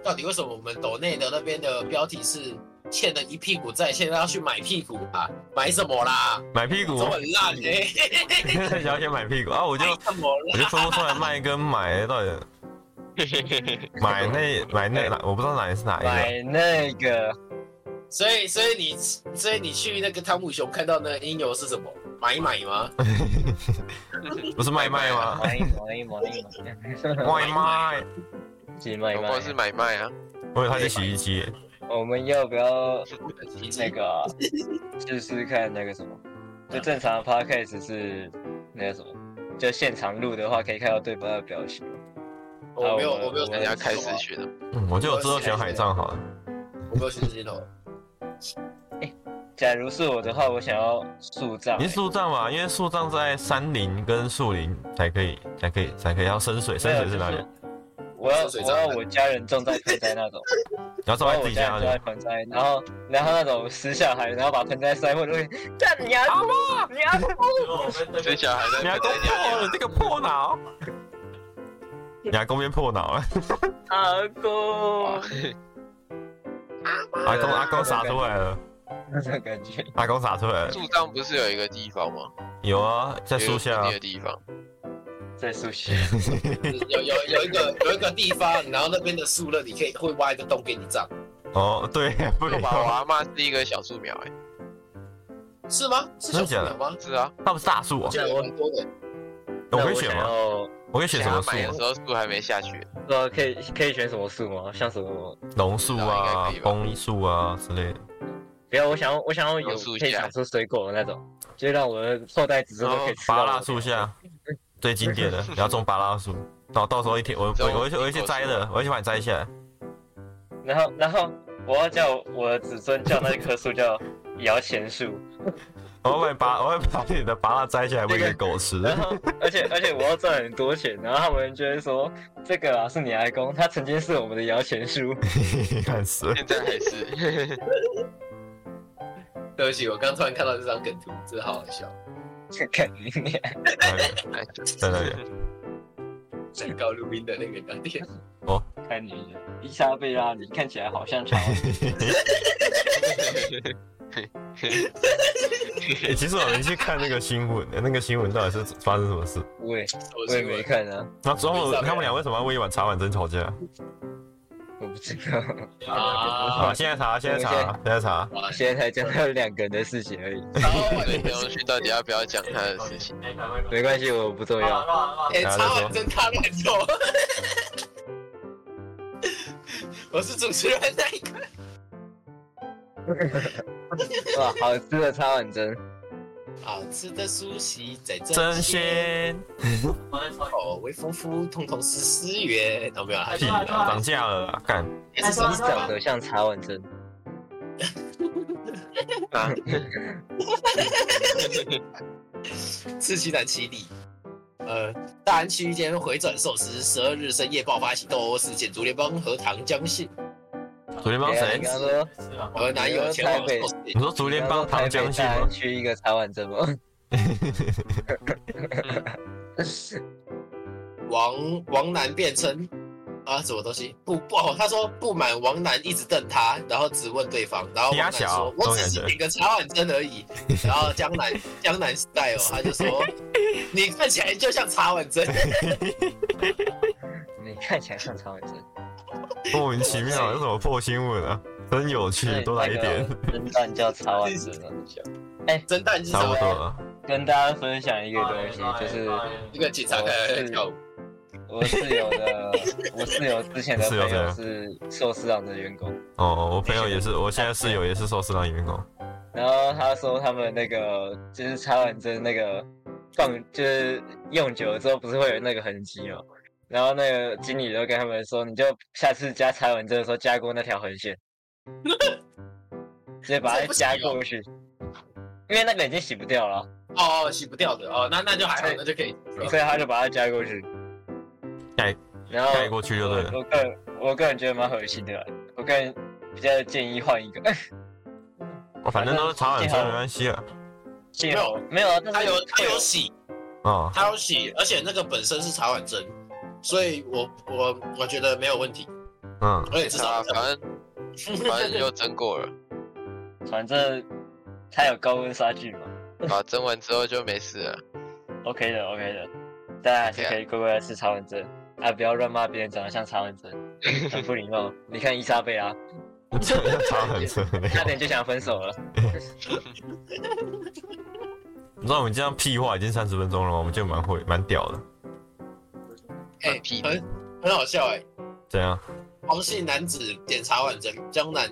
Speaker 2: 到底为什么我们斗内的那边的标题是欠了一屁股债，现在要去买屁股啊？买什么啦？
Speaker 1: 买屁股
Speaker 2: 这？么烂哎！
Speaker 1: 想要先买屁股啊？我就
Speaker 2: 买什么啦？
Speaker 1: 我就分不出来卖跟买到 底买那买那哪，我不知道哪是哪一个。
Speaker 3: 买那个
Speaker 2: 所以所以你所以你去那个汤姆熊看到那个音游是什么？买买 吗？
Speaker 1: 不是卖卖吗？
Speaker 3: 买买买买，
Speaker 1: 卖卖，
Speaker 3: 去买
Speaker 6: 搞哦不
Speaker 3: 买
Speaker 6: 好。是买卖啊，
Speaker 1: 我以为他是洗衣机耶。
Speaker 3: 我们要不要
Speaker 2: 你
Speaker 3: 那个啊试试看那个什么？就正常的 podcast 是那个什么？就现场录的话，可以看到对方的表情。
Speaker 2: 我没有
Speaker 3: 啊我
Speaker 2: 我没有
Speaker 3: 我
Speaker 6: 人
Speaker 2: 参加
Speaker 6: 家开始
Speaker 2: 始
Speaker 6: 学的，
Speaker 1: 嗯，我觉得我之后选海葬好了。
Speaker 2: 我没有去石头。
Speaker 3: 假如是我的话，我想要树葬、
Speaker 1: 你是树葬嘛？因为树葬在山林跟树林才可以，才可以，才可以。要深水，深水是哪里？
Speaker 3: 我要
Speaker 2: 水
Speaker 3: 我
Speaker 2: 葬
Speaker 3: 要我家人种在盆栽 那种，
Speaker 1: 你要
Speaker 3: 我
Speaker 1: 葬
Speaker 3: 要
Speaker 1: 在
Speaker 3: 哦我
Speaker 1: 自己
Speaker 3: 家
Speaker 1: 家
Speaker 3: 人
Speaker 1: 里
Speaker 3: 种。在盆栽，然后然后那种死小孩，然后把盆栽塞破，就会干 你啊阿公，你阿公，
Speaker 6: 这小孩
Speaker 1: 你
Speaker 6: 在
Speaker 1: 还
Speaker 6: 等
Speaker 1: 攻
Speaker 6: 人家
Speaker 1: 破了这个破脑，你还攻边破脑啊了，
Speaker 3: 阿公，
Speaker 1: 阿公阿公傻出来了，
Speaker 3: 那种感觉。
Speaker 1: 阿公傻出来了。
Speaker 6: 树葬不是有一个地方吗？
Speaker 1: 有啊，在
Speaker 6: 在
Speaker 1: 树下啊
Speaker 6: 的，地方，
Speaker 3: 在 苏西，
Speaker 2: 有有有一个有一个地方，然后那边的树呢，你可以会挖一个洞给你葬，
Speaker 1: 哦，对，不
Speaker 6: 我
Speaker 1: 能
Speaker 6: 爸我
Speaker 1: 用，
Speaker 6: 阿妈是一个小树苗，哎，
Speaker 2: 是吗？是小
Speaker 1: 真的
Speaker 2: 树
Speaker 1: 假的
Speaker 2: 苗吗？
Speaker 6: 是啊，
Speaker 1: 那不是大树
Speaker 2: 我
Speaker 1: 哦
Speaker 2: 记，得有蛮多的，
Speaker 1: 我
Speaker 3: 那
Speaker 1: 可以
Speaker 3: 我
Speaker 1: 选吗？
Speaker 3: 想要
Speaker 1: 我可以选什么
Speaker 6: 他
Speaker 1: 树
Speaker 6: 买的
Speaker 1: 啊？
Speaker 6: 时候树还没下雪，
Speaker 3: 呃，可以可以选什么树吗？像什么？
Speaker 1: 榕树啊
Speaker 6: 应该可以，吧
Speaker 1: 枫树啊之类的。
Speaker 3: 不要，我想要我想要有
Speaker 6: 榕树
Speaker 3: 可以
Speaker 6: 下
Speaker 3: 长出水果的那种，就让我的后代子孙都可以吃
Speaker 1: 芭
Speaker 3: 到。
Speaker 1: 拉树下，最经典 的，你要种芭拉树。到到时候一天，我我我会去我会去摘的，我会去把你摘下来。
Speaker 3: 然后然后我要叫我的子孙叫那棵树叫摇钱树，
Speaker 1: 我会把我会把你的芭拉摘下来喂给狗 吃。
Speaker 3: 然后而且而且我要赚很多钱，然后他们就会说这个啊是你阿公，他曾经是我们的摇钱树，
Speaker 1: 看死了！
Speaker 6: 现在还 是
Speaker 2: 对不起，我刚突然看到这张梗图，真的好好笑，
Speaker 3: 肯定
Speaker 1: 在那 里，
Speaker 2: 最高录音的那个聊天，
Speaker 3: 看你伊莎贝拉，你看起来好像超
Speaker 1: 欸其实我没去看那个新闻，那个新闻到底是发生什么事？
Speaker 3: 我也
Speaker 2: 我
Speaker 3: 我也没看啊，
Speaker 1: 那中午
Speaker 2: 没事啊
Speaker 1: 他们俩为什么要为一碗茶碗蒸啊吵架？
Speaker 3: 我不知道，
Speaker 1: 啊，
Speaker 2: 啊，
Speaker 1: 现在查，现在
Speaker 3: 我
Speaker 1: 查，现在查。
Speaker 2: 哇
Speaker 3: 现在才讲到两个人的事情而已，
Speaker 2: 超晚
Speaker 6: 对，
Speaker 2: 的
Speaker 6: 然后去到底要不要讲他的事情？
Speaker 3: 没关系，我不重要。
Speaker 2: 哎、
Speaker 1: 大家
Speaker 2: 超
Speaker 1: 都说
Speaker 2: 晚真他难受。我是主持人那一个，
Speaker 3: 哇，好吃的超碗蒸，
Speaker 2: 好吃的苏西在
Speaker 1: 真
Speaker 2: 这些
Speaker 1: 鲜
Speaker 2: 口微风夫，通通是思源，哦没有啊，
Speaker 1: 屁啦，涨价了啦，干！
Speaker 2: 还是什
Speaker 3: 你
Speaker 2: 么啊
Speaker 3: 长得像茶碗蒸，
Speaker 6: 啊，
Speaker 2: 刺激南七里。呃，大安区间回转寿司十二日深夜爆发起斗殴事件，竹联帮和糖江信
Speaker 1: 竹联帮谁
Speaker 2: 哎
Speaker 3: 你？刚刚说
Speaker 2: 和男友前往寿司店
Speaker 1: 你说竹联帮唐江
Speaker 2: 哎
Speaker 1: 信吗？
Speaker 3: 去一个茶碗蒸吗？
Speaker 2: 王王楠辩称啊什么东西不不哦，他说不满王楠一直瞪他，然后质问对方，然后王楠
Speaker 1: 压小
Speaker 2: 说
Speaker 1: 这种
Speaker 2: 我
Speaker 1: 感
Speaker 2: 只
Speaker 1: 觉
Speaker 2: 是点个茶碗蒸 而已，然后江南江南 style 他就说你看起来就像茶碗蒸，
Speaker 3: 你看起来像茶碗蒸，
Speaker 1: 莫名其
Speaker 2: 哎
Speaker 1: 妙，有什么破新闻啊？真有趣，多来一点，。
Speaker 3: 蒸蛋叫茶碗蒸吗？
Speaker 2: 蒸蛋是什
Speaker 1: 差不
Speaker 2: 么？
Speaker 1: 多了。
Speaker 3: 跟大家分享一个东 西，就是
Speaker 1: 哎
Speaker 2: 一个警察看起来在跳
Speaker 6: 啊
Speaker 2: 舞，
Speaker 3: 我室友的，我室友之 前的朋
Speaker 1: 室友
Speaker 3: 友是寿司郎的员工，
Speaker 1: 哦，我朋友也是，我现在室友也是寿司郎哦员工。
Speaker 3: 然后他说他们那个就是茶碗蒸那个放，就是用久了之后不是会有那个痕迹吗？然后那个经理就跟他们说，你就下次加茶碗蒸的时候加过那条横线，直接把它加过去，因为那个已经洗不掉了，
Speaker 2: 哦哦洗不掉的哦，那那就还好，那就可以。
Speaker 3: 所以他就把它加过去，
Speaker 1: 盖
Speaker 3: 然
Speaker 2: 哦
Speaker 3: 后
Speaker 1: 盖过去就对
Speaker 2: 哎
Speaker 1: 了。
Speaker 3: 我个人我个人觉得蛮恶心的，啊我个人比较建议换一个。
Speaker 1: 哦反正都是茶碗蒸，没关系啊。
Speaker 3: 没有 没有啊，但
Speaker 2: 他
Speaker 3: 是
Speaker 2: 有他有洗，
Speaker 1: 哦，
Speaker 2: 他有洗，而且那个本身是茶碗蒸，所以我我我觉得没有问题，
Speaker 1: 嗯，
Speaker 2: 而且至
Speaker 6: 啊，
Speaker 2: 少
Speaker 6: 反正反正就蒸过 了，
Speaker 3: 反正它有高温杀菌嘛
Speaker 6: 啊，蒸完之后就没事了。
Speaker 3: ，OK 的 OK 的，大家还是可以乖乖地吃茶 碗蒸啊，不要乱骂别人长得像茶碗蒸，很不礼貌。你看伊莎贝拉，
Speaker 1: 这 样差很深的那
Speaker 3: 差
Speaker 1: 个。
Speaker 3: 点就想分手了。
Speaker 1: 你知道我们这样屁话已经三十分钟了吗？我们就蛮会蛮屌的。
Speaker 2: 哎、
Speaker 6: 屁
Speaker 2: 很很好笑哎、
Speaker 1: 怎样？
Speaker 2: 黄姓男子检查完整，江南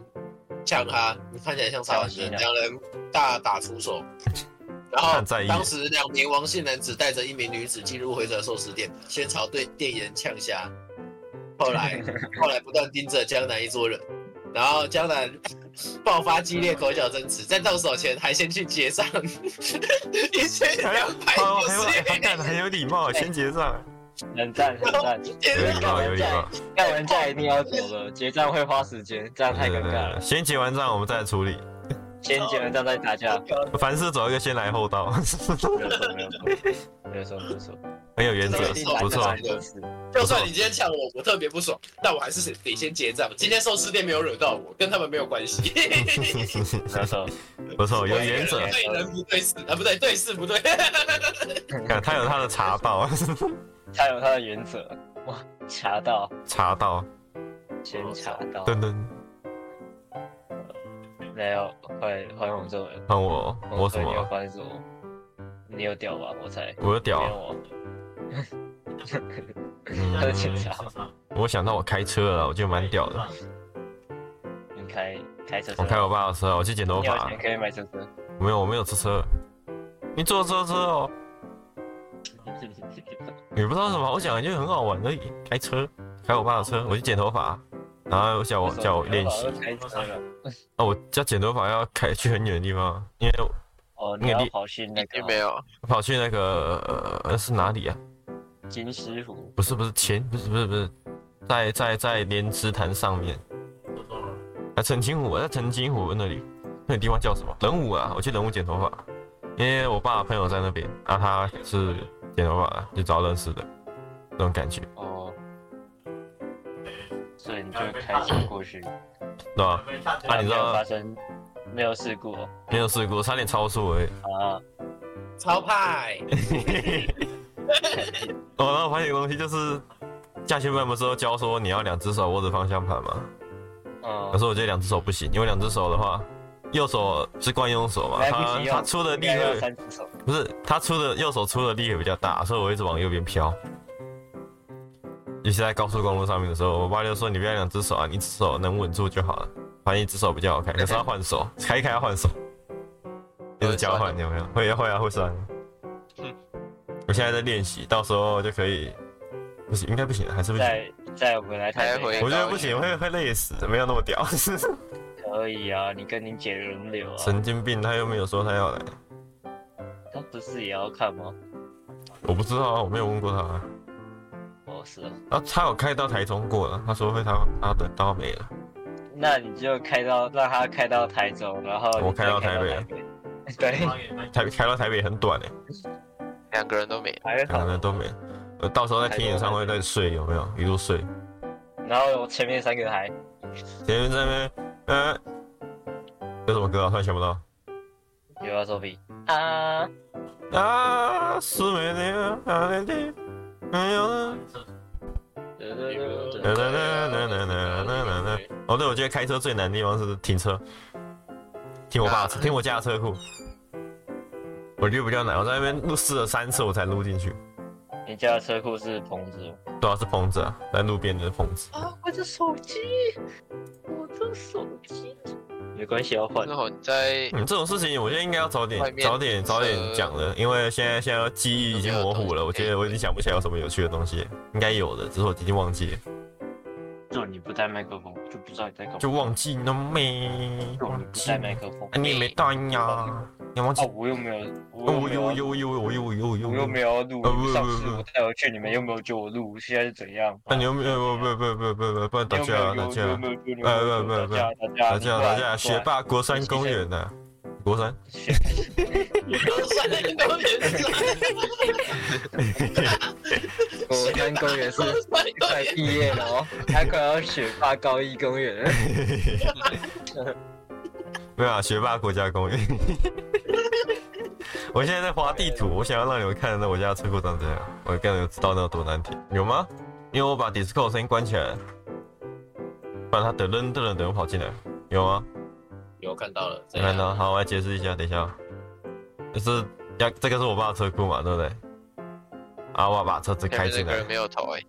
Speaker 2: 呛他，你看起来像查完整，
Speaker 3: 像
Speaker 2: 两人大打出手。然后
Speaker 1: 很在意
Speaker 2: 当时两名王姓男子带着一名女子进入回转寿司店，先朝对店员呛下，后来后来不断盯着江南一桌人，然后江南爆发激烈口角争执，在动手前还先去结账，一千两百
Speaker 1: 哦，
Speaker 2: 六
Speaker 1: 还有还
Speaker 2: 十
Speaker 1: 干
Speaker 2: 元
Speaker 1: 得。很有礼貌，先结账，
Speaker 3: 冷战，冷战，
Speaker 1: 有礼貌，有礼貌。
Speaker 3: 干完架一定要走了，结账会花时间，这样太尴
Speaker 1: 对对
Speaker 3: 尬
Speaker 1: 对
Speaker 3: 了。
Speaker 1: 先结完账我们再来处理，
Speaker 3: 先结完账再打架，
Speaker 1: 凡事走一个先来后到，
Speaker 3: 没有错，没有错，没有错，没有错，
Speaker 1: 很有原则
Speaker 2: 对
Speaker 3: 一定，
Speaker 1: 不错
Speaker 3: 打。架就是
Speaker 2: 就算你今天呛我，我特别不爽，但我还是得先结账。今天寿司店没有惹到我，跟他们没有关系。
Speaker 3: 没有错，
Speaker 1: 不错，有原则。
Speaker 2: 对人不对事啊，不对，对事不对。
Speaker 1: 看他有他的茶道，
Speaker 3: 他有他的原则。哇，查到，
Speaker 1: 茶道，
Speaker 3: 先查到，
Speaker 1: 噔噔。
Speaker 3: 没有，快还我这人。
Speaker 1: 看我，我什
Speaker 3: 哦你有
Speaker 1: 么？
Speaker 3: 关注我？你有屌吧？我猜。
Speaker 1: 我有屌
Speaker 3: 没
Speaker 1: 啊
Speaker 3: 有！我，他
Speaker 1: 嗯
Speaker 3: 的检查，
Speaker 1: 我想到我开车了，我就蛮屌的。
Speaker 3: 你开开车车。
Speaker 1: 我开我爸的车，我去剪头
Speaker 3: 你有
Speaker 1: 发
Speaker 3: 钱。可以买车 车。
Speaker 1: 没有，我没有坐车。你坐车车哦？也不知道什么，我想就很好玩而已。开车，开我爸的车，我去剪头发，然后叫我叫我 练习。。
Speaker 3: 开车了。
Speaker 1: 那我要剪头发要开去很远的地方，因为
Speaker 3: 哦，你
Speaker 1: 那个
Speaker 3: 要
Speaker 1: 地
Speaker 3: 跑去那
Speaker 6: 也
Speaker 3: 个
Speaker 6: 没有，
Speaker 1: 我跑去那个呃是哪里啊？
Speaker 3: 金丝湖，
Speaker 1: 不是不是前不是不是不是，在在在莲池潭上面。啊，澄清湖，在澄清湖那里，那个地方叫什么？仁武啊，我去仁武剪头发，因为我爸朋友在那边，啊，他是剪头发的就找认识的，那种感觉，
Speaker 3: 哦，所以你就开车过去，
Speaker 1: 对吧？啊，你知
Speaker 3: 没有
Speaker 1: 道
Speaker 3: 发生没有事故哦
Speaker 1: 没有事故，差点超速而已。
Speaker 3: 啊？
Speaker 2: 超派，
Speaker 1: 哦，然后发现一个东西就是，驾训班不是都教说你要两只手握着方向盘吗？可
Speaker 3: 嗯，
Speaker 1: 是我觉得两只手不行，因为两只手的话，右手是惯用手嘛，
Speaker 3: 来不
Speaker 1: 他
Speaker 3: 及
Speaker 1: 啊他
Speaker 3: 用
Speaker 1: 出的
Speaker 3: 应
Speaker 1: 力
Speaker 3: 该有
Speaker 1: 会
Speaker 3: 三只手，
Speaker 1: 不是他出的右手出的力会比较大，所以我一直往右边飘。尤其在高速公路上面的时候，我爸就说：“你不要两只手啊，你一只手能稳住就好了，反正一只手比较好开。可是要换手，开一开要换手，
Speaker 6: 会
Speaker 1: 就是交换
Speaker 6: 酸
Speaker 1: 有没有？会会啊，会酸。
Speaker 6: 嗯
Speaker 1: 我现在在练习，到时候就可以，不行，应该不行，还是不行。
Speaker 3: 再再回来台
Speaker 6: 来回
Speaker 3: 北
Speaker 1: 哎我觉得不行，会会累死，没有那么屌。
Speaker 3: 可以啊，你跟你姐轮流啊，
Speaker 1: 神经病，他又没有说他要来，
Speaker 3: 她不是也要看吗？
Speaker 1: 我不知道啊，我没有问过他啊。
Speaker 3: 哦，是哦，
Speaker 1: 啊，他有开到台中过了，他说会他他等到没了。
Speaker 3: 那你就开到让他开到台中，然后
Speaker 1: 我
Speaker 3: 你再
Speaker 1: 开到台
Speaker 3: 台
Speaker 1: 北
Speaker 3: 北，对，
Speaker 1: 台开到台北很短哎、欸，
Speaker 6: 两个人都没了，
Speaker 3: 还
Speaker 1: 两
Speaker 3: 好
Speaker 1: 个。人都没。呃，到时候在听演唱会再睡有没有？一路睡，
Speaker 3: 然后我前面三个还
Speaker 1: 前面这边，呃，有什么歌啊？突然想不到
Speaker 3: 有要作弊啊，
Speaker 1: 啊，是没的，啊没的，没有了。哒哒哒哒哒哒哒哒。哦，对，我觉得开车最难的地方是停车，停我爸的车，停我家的车库。我就比较难，我在那边录试了三次，我才录进去。
Speaker 3: 你家的车库是棚子吗？
Speaker 1: 主要是棚子啊，在路边的棚子。
Speaker 3: 啊，我的手机，我的手机，没关系，要换
Speaker 6: 那。会你在
Speaker 1: 嗯，这种事情我觉得应该要早
Speaker 6: 外
Speaker 1: 点、
Speaker 6: 面
Speaker 1: 早点、早点讲了，因为现在现在记忆已经模糊了，我觉得我已经想不起来有什么有趣的东西，应该有的，只是我已经忘记了，
Speaker 3: 就你不带麦克风，我就不知道你在干嘛。
Speaker 1: 就忘记了没？
Speaker 3: 就你
Speaker 1: 忘
Speaker 3: 不
Speaker 1: 记
Speaker 3: 带麦
Speaker 1: 了，
Speaker 3: 克风
Speaker 1: 啊，。你也没带呀？你忘记
Speaker 3: 哦？，我又没有，我
Speaker 1: 我
Speaker 3: 又没有
Speaker 1: 有
Speaker 3: 要，
Speaker 1: 有有有有有
Speaker 3: 我又
Speaker 1: 有
Speaker 3: 没。有要录
Speaker 1: 呃不。
Speaker 3: 上
Speaker 1: 不
Speaker 3: 次
Speaker 1: 不
Speaker 3: 我带回去，你们又没有叫我录，现在是怎样？
Speaker 1: 那你又没有不不不不不不打
Speaker 3: 又没
Speaker 1: 架啊打
Speaker 3: 有又
Speaker 1: 架
Speaker 3: 又
Speaker 1: 啊
Speaker 3: 没有叫你
Speaker 1: 呃
Speaker 3: 们
Speaker 1: 不
Speaker 3: 录
Speaker 1: 不
Speaker 3: 打架
Speaker 1: 打
Speaker 3: 打架
Speaker 1: 架打架！学
Speaker 3: 霸。
Speaker 1: 霸国山公园呐，国山，
Speaker 2: 算了，都
Speaker 3: 国山公园是快毕业了哦， 他快要学霸高一公园了。
Speaker 1: 没有啊，学霸国家公园。 我现在在画地图，我想要让你们看到我家的车库长怎样，我让你们知道那有多难听，有吗？因为我把 Discord 声音关起来了，不然他等噔噔噔噔跑进来，有吗？
Speaker 2: 有看到了，
Speaker 1: 没
Speaker 2: 怎
Speaker 1: 看
Speaker 2: 样？
Speaker 1: 到。好，我来解释一下，等一下哦，就是要这个是我爸的车库嘛，对不对？啊，我把车子
Speaker 6: 前
Speaker 1: 开
Speaker 6: 面那
Speaker 1: 进
Speaker 6: 个
Speaker 1: 来
Speaker 6: 人，没有头哎、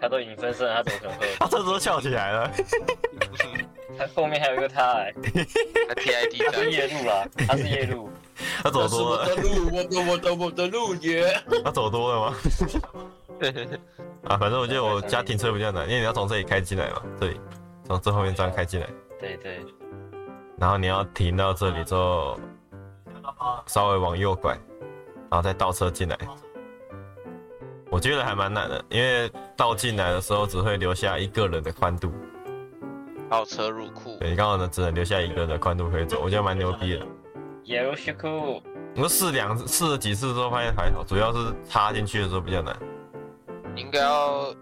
Speaker 3: 他都已经分身了，他怎么可能会？
Speaker 1: 他车子都翘起来了，
Speaker 3: 他后面还有一个他哎、
Speaker 6: 他 TID
Speaker 3: 他是
Speaker 6: 在，
Speaker 3: 夜路啦，他是夜路，
Speaker 1: 他走
Speaker 2: 这是
Speaker 1: 多
Speaker 2: 我
Speaker 1: 了
Speaker 2: 的，路，我的我的我的路爷。
Speaker 1: 他走多了吗？ 啊，反正我觉得我家停车比较难，因为你要从这里开进来嘛，这里从这后面这样开进来，
Speaker 3: 对对，
Speaker 1: 然后你要停到这里之后，稍微往右拐，然后再倒车进来。我觉得还蛮难的，因为倒进来的时候只会留下一个人的宽度，
Speaker 6: 倒车入库，
Speaker 1: 对，刚好呢只能留下一个人的宽度可以走，我觉得蛮牛逼的。
Speaker 3: 野路西库，
Speaker 1: 我试两次试了几次之后发现还好，主要是插进去的时候比较难，
Speaker 6: 应该要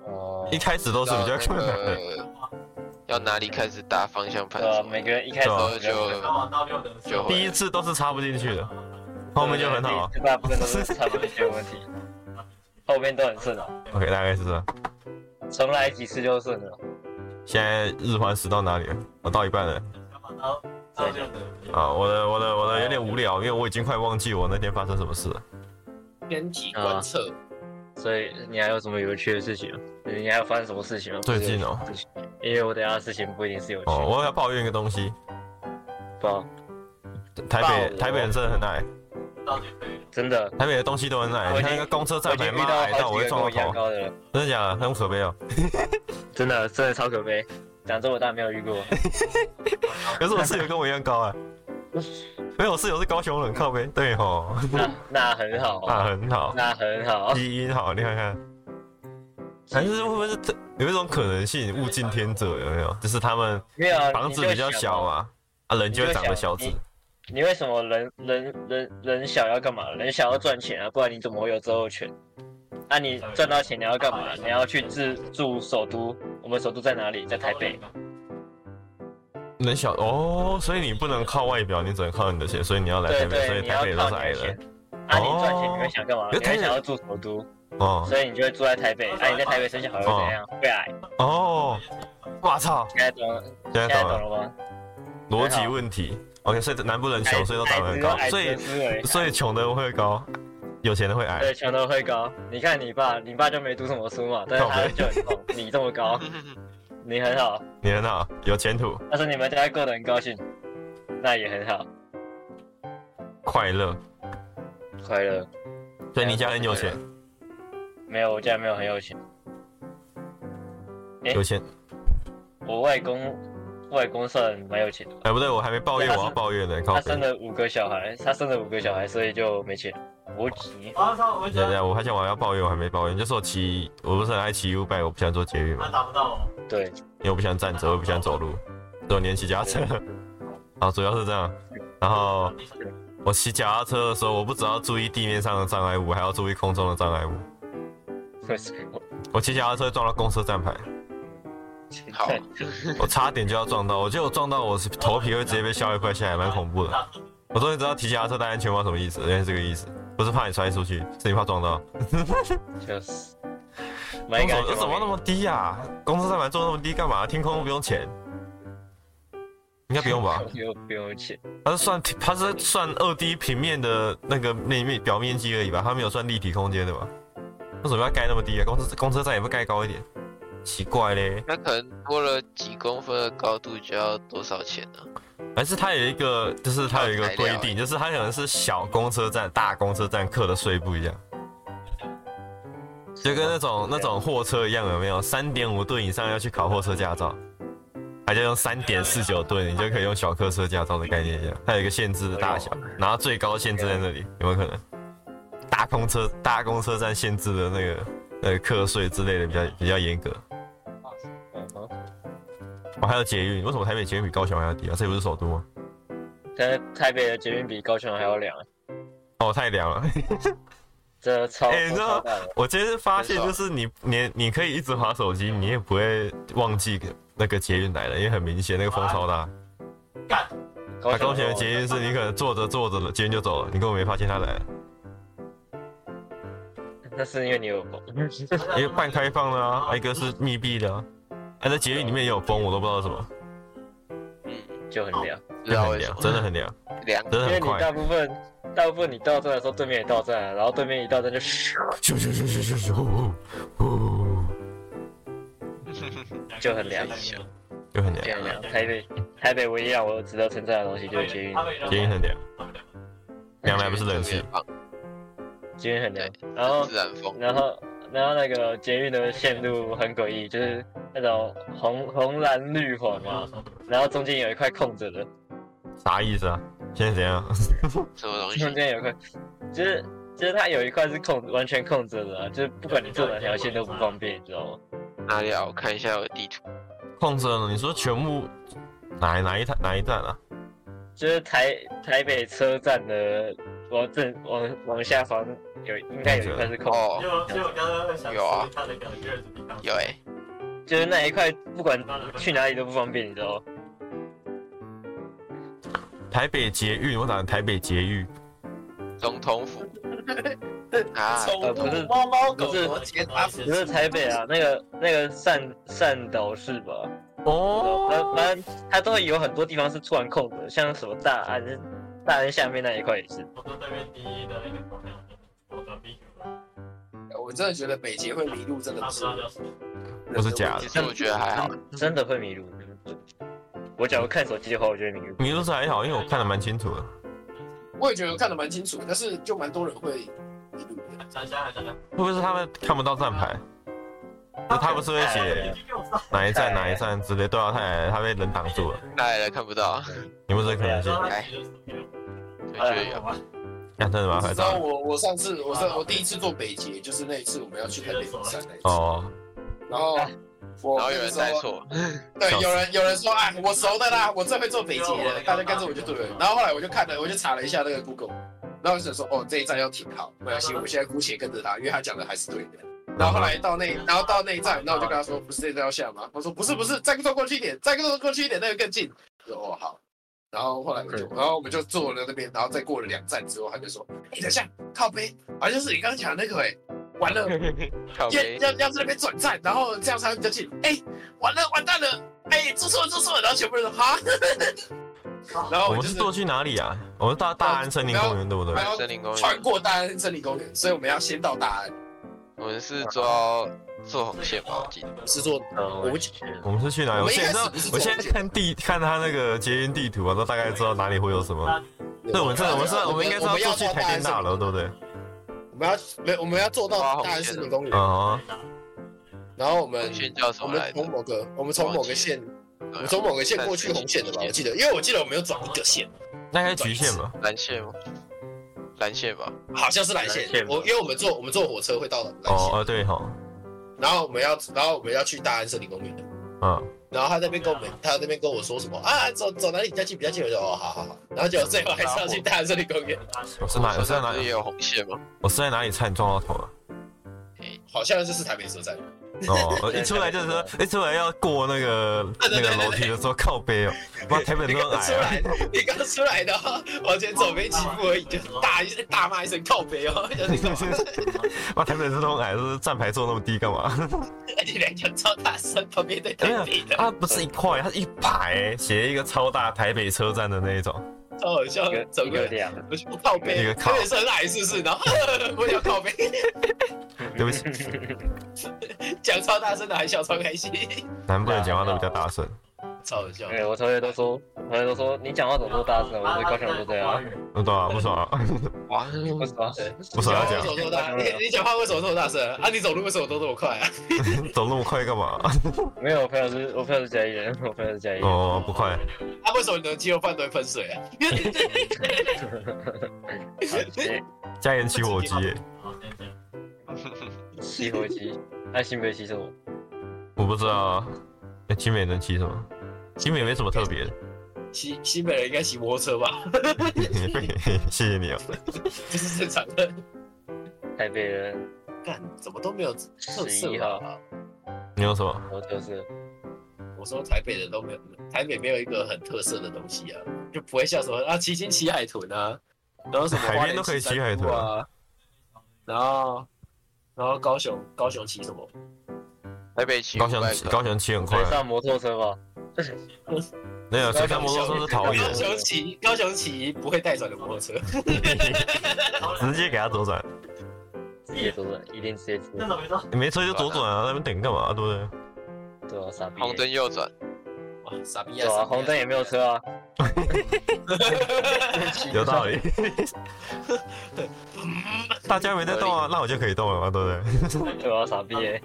Speaker 3: 哦
Speaker 1: 一，开始都是比较
Speaker 6: 到
Speaker 1: 困
Speaker 6: 那
Speaker 1: 难的。
Speaker 6: 个要哪里开始打方向盘
Speaker 3: 对
Speaker 6: 什
Speaker 3: 啊，
Speaker 6: 么的，
Speaker 3: 每个人一开始
Speaker 1: 对啊
Speaker 3: 都是这样
Speaker 6: 就就
Speaker 1: 第
Speaker 6: 会
Speaker 1: 一次都是插不进去的，后面就很好。啊
Speaker 3: 对对对大部分都是差不多这个问题，后面都很顺啊，
Speaker 1: OK，大概是这样。
Speaker 3: 重来几次就顺了。
Speaker 1: 现在日环食到哪里了？我到一半了。啊，我的我的我的有点无聊，因为我已经快忘记我那天发生什么事了。
Speaker 2: 天体观测，
Speaker 3: 所以你还有什么有趣的事情吗？啊你还有发生什么事情吗？
Speaker 1: 最近哦
Speaker 3: 不是有趣的事情，因为我等一下的事情不一定是有趣的。
Speaker 1: 哦，我要抱怨一个东西，
Speaker 3: 不好，
Speaker 1: 台北
Speaker 2: 抱
Speaker 1: 台北人真的很矮，
Speaker 3: 真的，
Speaker 1: 台北的东西都很矮。
Speaker 3: 我
Speaker 1: 你
Speaker 3: 已经
Speaker 1: 看那个公车
Speaker 3: 我
Speaker 1: 站
Speaker 3: 已经
Speaker 1: 牌
Speaker 3: 遇
Speaker 1: 妈
Speaker 3: 到
Speaker 1: 矮到
Speaker 3: 好
Speaker 1: 我
Speaker 3: 几
Speaker 1: 会撞
Speaker 3: 个跟
Speaker 1: 到
Speaker 3: 我一样
Speaker 1: 头，啊
Speaker 3: 高的人，
Speaker 1: 真的假的？很可悲哦。
Speaker 3: 真的真的超可悲。长这么大没有遇过，
Speaker 1: 可是我室友跟我一样高 啊。没有，我室友是高雄人，靠背。对吼，
Speaker 3: 那那很好啊，
Speaker 1: 那很好，
Speaker 3: 那很好。
Speaker 1: 基因好，你看看。
Speaker 3: 哦
Speaker 1: 还是会不会是特有一种可能性，物竞天择有没有？就是他们
Speaker 3: 没有啊
Speaker 1: 房子比较小，嘛，啊，人就会长得小只
Speaker 3: 你就。你就想你你为什么人人人人小要干嘛？人小要赚钱啊，不然你怎么会有择偶权？那、你赚到钱你要干嘛？你要去自住首都，我们首都在哪里？在台北。
Speaker 1: 人小哦，所以你不能靠外表，你只能靠你的钱，所以你要来台
Speaker 3: 对
Speaker 1: 北，所
Speaker 3: 对，
Speaker 1: 以
Speaker 3: 你
Speaker 1: 台
Speaker 3: 要
Speaker 1: 北都
Speaker 3: 靠
Speaker 1: 是
Speaker 3: 你
Speaker 1: 矮
Speaker 3: 的
Speaker 1: 人
Speaker 3: 钱。啊，你
Speaker 1: 哦
Speaker 3: 赚钱你会想干嘛？
Speaker 1: 因为
Speaker 3: 你
Speaker 1: 台
Speaker 3: 会
Speaker 1: 北
Speaker 3: 想要住首都，
Speaker 1: 哦
Speaker 3: 所以你就会住在台北。啊，你在台北生小孩会怎样？会矮。
Speaker 1: 哦，我操！
Speaker 3: 现在懂了？
Speaker 1: 现在
Speaker 3: 现在
Speaker 1: 懂
Speaker 3: 懂
Speaker 1: 了，
Speaker 3: 了吗？
Speaker 1: 逻辑问题。OK，所以南部人
Speaker 3: 矮
Speaker 1: 穷，所以都长得很高
Speaker 3: 矮子有，矮
Speaker 1: 所以
Speaker 3: 子的思维
Speaker 1: 所以穷的人会高，有钱的会矮
Speaker 3: 哎对，。全都会高。你看你爸，你爸就没读什么书嘛，但是
Speaker 1: 靠
Speaker 3: 他
Speaker 1: 北
Speaker 3: 就很高。你这么高，你很好，
Speaker 1: 你很好，有前途，
Speaker 3: 但是你们家过得很高兴，那也很好，
Speaker 1: 快乐。
Speaker 3: 快乐。
Speaker 1: 所以你家很有钱，
Speaker 3: 没有，我家没有很有钱。对
Speaker 1: 有钱。
Speaker 3: 我外公，外公算蛮有钱的，
Speaker 1: 哎，不对，我还没抱怨，
Speaker 3: 对他
Speaker 1: 我要
Speaker 3: 是
Speaker 1: 抱怨呢。靠
Speaker 3: 他
Speaker 1: 北，
Speaker 3: 生了五个小孩，他生了五个小孩，所以就没钱。无极，
Speaker 1: 等一下，我发现我要抱怨，我还没抱怨，就是我骑，我不是很爱骑 U 拜，啊我不喜欢坐捷运
Speaker 3: 啊
Speaker 1: 嘛。
Speaker 3: 对，
Speaker 1: 因为我不喜欢站着，我也不喜欢走路，所以我连骑脚踏车。 啊，主要是这样。然后我骑脚踏车的时候，我不只要注意地面上的障碍物，还要注意空中的障碍物。我骑脚踏车撞到公车站牌，
Speaker 6: 好，
Speaker 1: 我差点就要撞到，我觉得我撞到我是头皮会直接被削一块下来，蛮恐怖的。我终于知道骑脚踏车戴安全帽什么意思，原来是这个意思，不是怕你摔出去，是你怕撞到。
Speaker 3: 就是。
Speaker 1: 公车
Speaker 3: 没感
Speaker 1: 怎么那 么低呀、啊？公车站牌坐那么低干嘛？天空不用钱，应该不用 吧？
Speaker 3: 又不用钱，
Speaker 1: 它是算它是算二 D 平面的那个那面表面积而已吧，它没有算立体空间的吧？为什么要盖那么低啊？公车公车站也不盖高一点？奇怪嘞，
Speaker 6: 那可能多了几公分的高度就要多少钱呢、
Speaker 1: 还是它有一个就是它有一个规定，就是它可能是小公车站、大公车站客的税不一样，就跟那种那种货车一样，有没有？三点五吨以上要去考货车驾照，还就用三点四九吨，你就可以用小客车驾照的概念一样，它有一个限制的大小，然后最高限制在那里，有没有可能？大公车大公车站限制的那个那个课税之类的比较比较严格。
Speaker 3: 嗯哼，
Speaker 1: 我、还有捷运，为什么台北捷运比高雄还要低啊？这不是首都吗？
Speaker 3: 但是台北的捷运比高雄还要凉，
Speaker 1: 哦，太凉了。
Speaker 3: 真的超
Speaker 1: 哎你知道
Speaker 3: 超大的。
Speaker 1: 我今天发现，就是你你你可以一直划手机，你也不会忘记那个捷运来了，因为很明显那个风超大。啊，高雄的捷运是你可能坐着坐着了，捷运就走了，你根本没发现它来了，
Speaker 3: 那是因为你有空，
Speaker 1: 一个半开放的啊，啊一个是密闭的啊。啊哎，在捷运里面也有风，我都不知道是什么，
Speaker 6: 嗯，
Speaker 3: 就很凉，
Speaker 6: 不知
Speaker 1: 真
Speaker 6: 道
Speaker 1: 的很
Speaker 6: 为什
Speaker 1: 凉，啊
Speaker 6: 么，
Speaker 1: 真的很凉，
Speaker 6: 凉，
Speaker 1: 真的
Speaker 3: 因为
Speaker 1: 很
Speaker 3: 你
Speaker 1: 快。
Speaker 3: 大部分大部分你到站的时候，对面也到站了，然后对面一到站就咻
Speaker 1: 咻咻咻咻咻咻，呼呼呼，
Speaker 3: 就很凉
Speaker 1: 就很凉，
Speaker 6: 凉
Speaker 3: 凉。台北台北唯一让我值得称赞的东西就是捷运，
Speaker 1: 捷运很凉，凉来不是冷
Speaker 6: 特别
Speaker 1: 气，
Speaker 6: 棒，
Speaker 3: 捷运很凉。然后
Speaker 6: 是自然风，
Speaker 3: 然后然后那个捷运的线路很诡异，就是那种红红蓝绿黄
Speaker 1: 嗯
Speaker 3: 嘛，然后中间有一块空着的，
Speaker 1: 啥意思啊？现在怎样？
Speaker 6: 什么东西
Speaker 3: 中？间有一块，就是就是它有一块是空完全空着的啊、就是不管你坐哪条线都不方便，你知道吗？
Speaker 6: 哪里啊？我看一下我地图，
Speaker 1: 矿车呢？你说全部哪哪一台哪一站啊？
Speaker 3: 就是台台北车站的往正往往下方有应该有一块是空的，
Speaker 6: 哦，
Speaker 3: 啊
Speaker 6: 有哎、
Speaker 3: 就是那一块不管去哪里都不方便，你知道吗？
Speaker 1: 台北捷运，我打台北捷运，
Speaker 6: 总统 府啊，
Speaker 2: 宠物猫猫狗狗结扎，
Speaker 3: 不是台北啊，那个那个善善导是吧？
Speaker 1: 哦
Speaker 3: 反，反正它都会有很多地方是突然空的，像什么大安大安下面那一块也是。
Speaker 2: 我真的觉得北捷会迷路，真的不是
Speaker 1: 不是假
Speaker 6: 其
Speaker 1: 的，
Speaker 6: 实我觉得还好，
Speaker 3: 真真的会迷路。我假如看手机的话，我就会迷路。
Speaker 1: 迷路是还好，因为我看的蛮清楚的。
Speaker 2: 我也觉得我看得蛮清楚，但是就蛮多人会迷路的。
Speaker 1: 会不会是他们看不到站牌？就他不是会写哪一站哪一站之类？对啊，他也他被人挡住了，
Speaker 6: 来了看不到，啊
Speaker 1: 有没有这个可能哎性？
Speaker 6: 我
Speaker 2: 哎
Speaker 6: 觉得有，
Speaker 3: 哎
Speaker 1: 那、真的蛮
Speaker 2: 你
Speaker 1: 拍
Speaker 2: 知道
Speaker 1: 照
Speaker 2: 我我上次我上我第一次坐北捷，就是那一次我们要去台北釜山那一次，
Speaker 1: 哦，
Speaker 2: 然后我
Speaker 6: 然后有人带
Speaker 2: 那时候
Speaker 6: 错，
Speaker 2: 对
Speaker 1: 笑，死
Speaker 2: 有人有人说啊，我熟的啦，我最会做北捷了，大家跟着我就对了。然后后来我就看了，我就查了一下那个 Google，然后我就想说，哦，这一站要停好，没关系，我现在姑且跟着他，因为他讲的还是对的。然后后来到那，然后到那一站，然后我就跟他说，不是这一站要下吗？他说不是不是，再坐过去一点，再坐过去一点，那个更近。我说哦好。然后后来我就，然后我们就坐了那边，然后再过了两站之后，他就说，哎等一下，靠背，好像是你刚刚讲的那个哎、完了，
Speaker 6: 靠
Speaker 2: 要
Speaker 6: 背，
Speaker 2: 要要在那边转站，然后这样才会比较近。哎、完了完蛋了，哎、做错了做错了，然后全部人都哈，然后
Speaker 1: 我
Speaker 2: 我
Speaker 1: 们
Speaker 2: 就是是
Speaker 1: 坐去哪里啊？我们大大安森林公园对不对
Speaker 2: 我？们要
Speaker 6: 森林公
Speaker 2: 穿
Speaker 6: 园，
Speaker 2: 过大安森林公园，所以我们要先到大安。
Speaker 6: 我们是坐坐红线吧，我记得，
Speaker 1: 哎
Speaker 2: 是做我不
Speaker 1: 我们是去哪里？
Speaker 2: 我
Speaker 1: 我
Speaker 2: 们一
Speaker 1: 现在知
Speaker 2: 开始
Speaker 1: 道
Speaker 2: 不是，
Speaker 1: 我
Speaker 2: 坐
Speaker 1: 现在看地看他那个捷运地图啊，都大概知道哪里会有什么。对，我们这我们是，我们应该是
Speaker 2: 我
Speaker 1: 要坐
Speaker 2: 们要
Speaker 1: 去
Speaker 2: 到
Speaker 1: 台
Speaker 2: 大
Speaker 1: 电
Speaker 2: 安森
Speaker 1: 大楼，对不对？
Speaker 2: 我们要没有，我们要坐到大安森林公园，
Speaker 1: 嗯，
Speaker 2: 然后我们
Speaker 6: 红线叫什
Speaker 2: 我
Speaker 6: 么
Speaker 2: 们
Speaker 6: 来着啊
Speaker 2: 从？某个我们从某个线，我们从某个线过去红线的吧，我记得，因为我记得我们有转一个线，
Speaker 1: 那应该局限吧？
Speaker 6: 蓝线吗？蓝线吧，
Speaker 2: 好像是蓝线
Speaker 3: 蓝线，吧
Speaker 2: 我因为我们坐我们坐火车会到蓝
Speaker 1: 哦，
Speaker 2: 线，
Speaker 1: 呃，对哈，
Speaker 2: 然后我们要然后我们要去大安森林公园。
Speaker 1: 嗯，
Speaker 2: 然后他那边跟我们，他那边跟我说什么啊？走走哪里比较近比较近？我就哦，好好好。然后结果最后还是要去大安森林公
Speaker 1: 哎
Speaker 2: 园，
Speaker 1: 我哦是哪？我是在
Speaker 6: 车
Speaker 1: 哪
Speaker 6: 站不是也
Speaker 1: 里？
Speaker 6: 有红线吗？
Speaker 1: 我是在哪里差点撞到头了？
Speaker 2: 好像就是台北车站。
Speaker 1: 哦，我一出来就是说，一出来要过那 个那个楼梯的时候靠背哦，哇，台北
Speaker 2: 你
Speaker 1: 人都
Speaker 2: 刚
Speaker 1: 很
Speaker 2: 出
Speaker 1: 矮啊。
Speaker 2: 来，你刚出来的话，往前走没几步而已，就大一大骂一声靠北哦，就是 你干嘛
Speaker 1: 哇，台北人都很矮，就是站牌坐那么低干嘛？
Speaker 2: 你两脚超大声，旁边在台北的，
Speaker 1: 它啊不是一块，它是一排，欸写一个超大台北车站的那一种。
Speaker 2: 超好笑
Speaker 3: 一个，
Speaker 2: 走
Speaker 3: 一
Speaker 2: 过
Speaker 3: 个
Speaker 2: 来。
Speaker 3: 凉，
Speaker 2: 我就不靠背，
Speaker 1: 一个
Speaker 2: 有
Speaker 1: 靠
Speaker 2: 点是很矮，是不是？然后我想靠背，
Speaker 1: 对不起，
Speaker 2: 讲超大声的，还笑超开心，
Speaker 1: 南部人讲话都比较大声。
Speaker 2: 超好笑。
Speaker 3: 对我同学都说，我同学都说你讲话怎么那么大声？我说高雄人都这样，
Speaker 1: 嗯，对啊，不爽啊，
Speaker 6: 哇，
Speaker 3: 为什么？
Speaker 1: 不爽要
Speaker 2: 为
Speaker 1: 讲
Speaker 2: 什，么这么大？你你讲话为什么这么大声啊？你走路为什么都这么快啊？
Speaker 1: 走那么快干嘛？
Speaker 3: 没有，我朋友是，我朋友是嘉义人，我朋友是嘉义人。
Speaker 1: 哦，不快，
Speaker 2: 啊，为什么你的鸡肉饭都会喷水啊？
Speaker 3: 对，
Speaker 1: 加盐起火欸鸡耶，
Speaker 3: 西火鸡，那新北鸡什么？
Speaker 1: 我不知道啊。那集美能骑什么？集美没什么特别的。
Speaker 2: 西西北人应该骑摩托车吧，
Speaker 1: 谢谢你哦。
Speaker 2: 这是正常 的。
Speaker 3: 台北人，
Speaker 2: 干，怎么都没有
Speaker 6: 哦
Speaker 2: 特色
Speaker 3: 11
Speaker 2: 啊
Speaker 3: 号？
Speaker 1: 你有什么？
Speaker 3: 我就是
Speaker 2: 我说台北人都没有，台北没有一个很特色的东西啊，就不会像什么啊骑行骑海豚啊，然后什么
Speaker 1: 海边
Speaker 2: 花莲
Speaker 1: 都可以骑
Speaker 2: 山
Speaker 1: 海
Speaker 2: 猪
Speaker 1: 豚
Speaker 2: 啊，然后然后高雄高雄骑什么？
Speaker 6: 台北骑
Speaker 1: 高
Speaker 6: 500
Speaker 1: 雄
Speaker 6: 块
Speaker 1: 高雄骑很快啊
Speaker 3: 水，上摩托车吧，
Speaker 1: 没有水上摩托车是桃
Speaker 2: 高
Speaker 1: 园，
Speaker 2: 雄骑高雄骑不会带转的摩托车，
Speaker 1: 直接给他左转，
Speaker 3: 直接左转，一定直接左转，
Speaker 1: 没车就左转啊，在那边等干嘛？对不对？
Speaker 3: 对啊，傻逼欸、
Speaker 6: 红灯右转，
Speaker 2: 哇，傻逼
Speaker 3: 对啊，红灯也没有，车 啊，
Speaker 1: 有道理。大家没在动啊，那我就可以动了嘛，对不对？
Speaker 3: 对啊，傻逼、欸，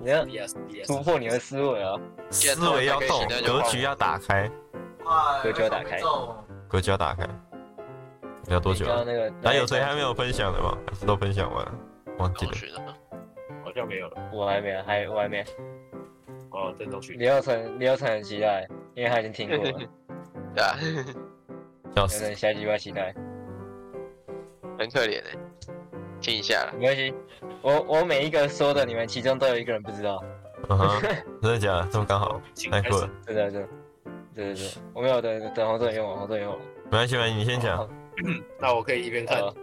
Speaker 3: 你要
Speaker 2: 傻逼啊傻逼啊
Speaker 3: 突破你的思维啊，
Speaker 1: 思维要动，格局要打开，
Speaker 3: 格局要打开
Speaker 1: 格局要打开。要多久
Speaker 3: 刚
Speaker 1: 啊
Speaker 3: 刚？那个
Speaker 1: 那有谁还没有分享的吗？还是都分享完了？忘记
Speaker 6: 同
Speaker 1: 了。
Speaker 6: 学呢？
Speaker 2: 好像没有了，
Speaker 3: 我还没有，还我还没。
Speaker 2: 哦，郑东旭，
Speaker 3: 李耀成，李耀成很期待，因为他已经听过了，
Speaker 6: 对啊，
Speaker 1: 笑
Speaker 3: 有
Speaker 1: 死！
Speaker 3: 人下一集要期待。
Speaker 6: 很可怜哎，听一下啦，
Speaker 3: 没关系，我我每一个说的，你们其中都有一个人不知道，
Speaker 1: 嗯哼，真的假的？这么刚好，
Speaker 2: 请
Speaker 1: 太
Speaker 2: 开
Speaker 1: 酷
Speaker 2: 始
Speaker 1: 了。
Speaker 3: 真的真的，真的真的，我没有等等红队用我，红队用我。
Speaker 1: 没关系，没关系，你先讲，
Speaker 2: 那我可以一边看，
Speaker 3: 好，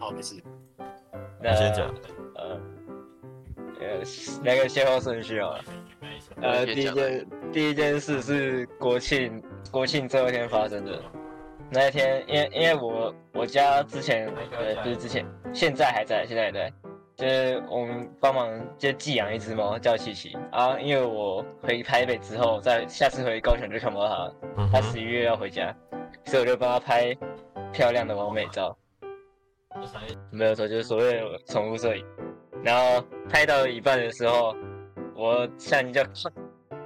Speaker 2: 好，没事，
Speaker 1: 你
Speaker 3: 那
Speaker 1: 先讲。
Speaker 3: 呃，呃，那个先后顺序啊。呃，
Speaker 6: 你
Speaker 3: 第
Speaker 6: 先
Speaker 3: 一
Speaker 6: 讲
Speaker 3: 件第一件事是国庆，国庆最后一天发生的。那一天，因为因为我我家之前呃不是之前，现在还在，现在还在，就是我们帮忙就寄养一只猫叫琪琪啊。因为我回台北之后，在下次回高雄就看不到它了，
Speaker 1: 嗯
Speaker 3: 它
Speaker 1: 哼，
Speaker 3: 十一月要回家，所以我就帮它拍漂亮的完美照。没有错，就是所谓的宠物摄影。然后拍到一半的时候，我相机就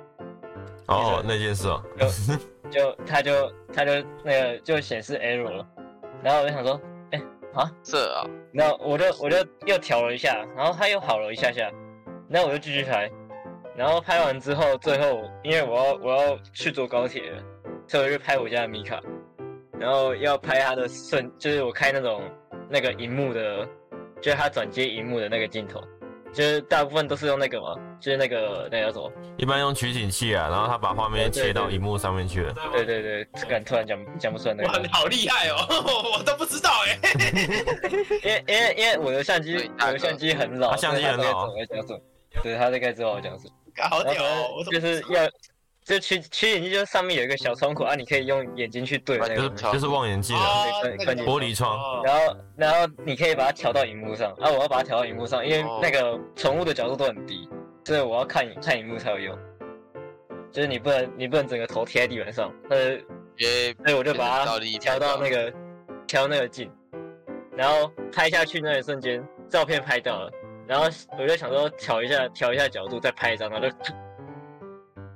Speaker 1: 哦，那件事哦，
Speaker 3: 就它就它就那个就显示 error 了，然后我就想说，哎、啊，
Speaker 6: 这啊，
Speaker 3: 那我就我就又调了一下，然后它又好了一下下，那我就继续拍，然后拍完之后，最后因为我要我要去坐高铁了，所以我就拍我家的米卡，然后要拍它的瞬，就是我开那种那个荧幕的，就是它转接荧幕的那个镜头，就是大部分都是用那个嘛，就是那个那个叫什么？
Speaker 1: 一般用取景器啊，然后他把画面切到荧幕上面去了。
Speaker 3: 对对对，这个突然讲讲不出来那个
Speaker 2: 哇，
Speaker 3: 东
Speaker 2: 你
Speaker 3: 西，
Speaker 2: 好厉害哦， 我都不知道哎，
Speaker 3: 因为因为因为我的相
Speaker 6: 对
Speaker 3: 机我
Speaker 6: 大哥
Speaker 3: 的相机很老，
Speaker 1: 他相机很老
Speaker 3: 所以他大概知道我在讲什么，对他大概知道我讲什么。
Speaker 2: 干好
Speaker 3: 然
Speaker 2: 屌
Speaker 3: 后
Speaker 2: 哦，我
Speaker 3: 反正 就是要就取取眼镜，就是上面有一个小窗口啊，你可以用眼睛去对那
Speaker 1: 啊就是
Speaker 3: 个，
Speaker 1: 就是望远镜啊，
Speaker 2: 哦，那个
Speaker 1: 玻璃窗，
Speaker 2: 哦
Speaker 3: 然后然后你可以把它调到荧幕上啊，我要把它调到荧幕上，因为
Speaker 6: 哦
Speaker 3: 那个宠物的角度都很低，所以我要看看荧幕才有用。就是你不能你不能整个头贴在地板上，呃，
Speaker 6: 也
Speaker 3: 所以我就把
Speaker 6: 倒
Speaker 3: 它
Speaker 6: 立
Speaker 3: 调到那个调那个镜，然后拍下去那一瞬间，照片拍到了，然后我就想说调一下调一下角度再拍一张，然后就，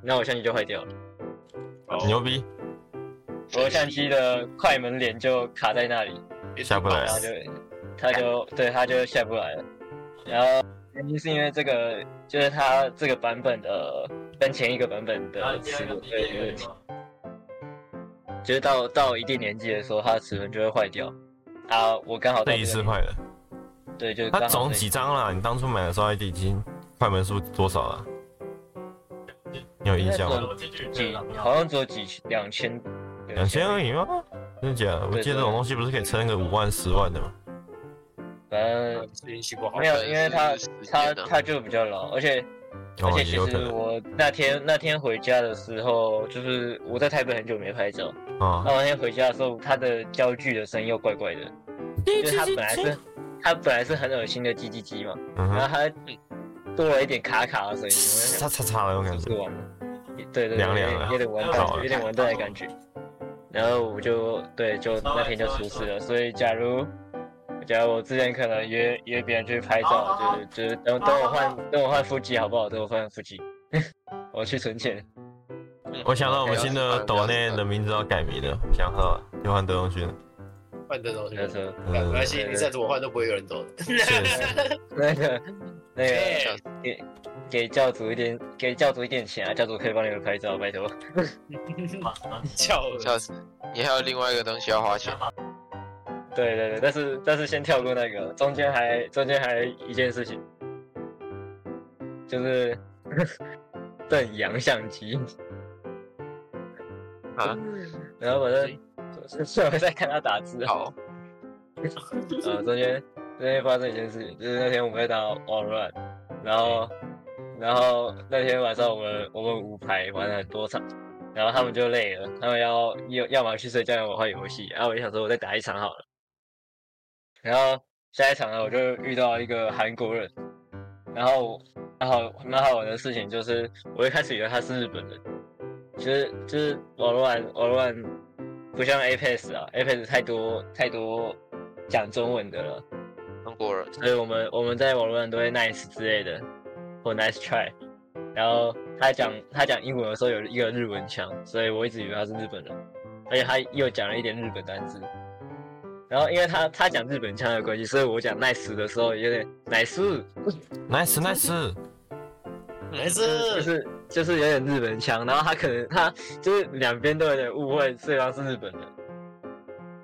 Speaker 3: 然后我相机就坏掉了，
Speaker 2: 哦
Speaker 1: 牛逼，
Speaker 3: 我的相机的快门帘就卡在那里，
Speaker 1: 下不来啊
Speaker 3: 然。后就它就对它就下不来了，然后原因是因为这个就是它这个版本的跟前一个版本的齿轮对有问题。就是到到一定年纪的时候，它的齿轮就会坏掉。啊，我刚好
Speaker 1: 这
Speaker 3: 到这
Speaker 1: 一
Speaker 3: 个
Speaker 1: 次
Speaker 3: 年纪，
Speaker 1: 坏了，
Speaker 3: 对，就是刚
Speaker 1: 它
Speaker 3: 好
Speaker 1: 总
Speaker 3: 这
Speaker 1: 几张啦？你当初买的时候已经快门数多少了？你有印象吗？
Speaker 3: 几，好像只有几两千，
Speaker 1: 啊两千而已吗？真的假的？我记得这种东西不是可以撑个五万、十万的吗？
Speaker 3: 反正
Speaker 2: 运气不好
Speaker 3: 没，有，因为它
Speaker 6: 时间
Speaker 3: 它
Speaker 6: 啊
Speaker 3: 它就比较老，而且而
Speaker 1: 哦，
Speaker 3: 且
Speaker 1: 也
Speaker 3: 其
Speaker 1: 有可
Speaker 3: 实
Speaker 1: 能
Speaker 3: 我那天那天回家的时候，就是我在台北很久没拍照，
Speaker 1: 啊
Speaker 3: 那。我那天回家的时候，它的焦距的声音又怪怪的，就是它本来是它本来是很恶心的叽叽叽嘛，
Speaker 1: 嗯哼，
Speaker 3: 然后它多了一点卡卡的声音，我在
Speaker 1: 擦
Speaker 3: 想
Speaker 1: 擦擦的那种 感
Speaker 3: 是
Speaker 1: 觉。
Speaker 3: 完了，对对对，
Speaker 1: 凉凉
Speaker 3: 有点
Speaker 1: 了
Speaker 3: 有点完
Speaker 1: 太好啊
Speaker 3: 蛋，
Speaker 1: 了
Speaker 3: 有点完蛋的感觉。然后我就对，就那天就出事了。所以假如假如我之前可能约约别人去拍照，就是就是等等我换等我换腹肌好不好？等我换腹肌， 我去存钱。
Speaker 1: 我想到我们新的抖内的名字要改名了，想到了，就换德荣勋了。
Speaker 2: 换这种东西
Speaker 3: 那，时候
Speaker 2: 没关
Speaker 1: 嗯，
Speaker 2: 系，你再怎么换都不会有人懂的。
Speaker 3: 那个那个
Speaker 2: 哎
Speaker 3: 给给教主一点给教主一点钱啊，教主可以帮你们拍照，拜托。
Speaker 2: 叫
Speaker 6: 笑死，你还有另外一个东西要花钱，
Speaker 3: 对对对，但是但是先跳过那个，中间还中间还一件事情，就是 邓阳相机
Speaker 6: 啊，
Speaker 3: 然后反正是 我在看他打字，啊
Speaker 6: 好，
Speaker 3: 呃，中间中间发生一件事情，就是那天我们在打网乱，然后然后那天晚上我们我们五排玩了很多场，然后他们就累了，他们要要要么去睡觉，要么玩游戏。然后我就想说，我再打一场好了。然后下一场呢，我就遇到一个韩国人，然后然后蛮好玩的事情就是，我一开始以为他是日本人，其实就是网络玩网络玩不像 Apex 啊，Apex 太多太多讲中文的了。
Speaker 6: 中国人
Speaker 3: 所以我们我们在网络上都会 nice 之类的，或 nice try。然后他讲他讲英文的时候有一个日文腔，所以我一直以为他是日本人，而且他又讲了一点日本单字。然后因为他他讲日本腔的关系，所以我讲 nice 的时候有点 nice，
Speaker 1: ，nice nice，
Speaker 2: 没事，
Speaker 3: 就是就是有点日本腔。然后他可能他就是两边都有点误会对方是日本人。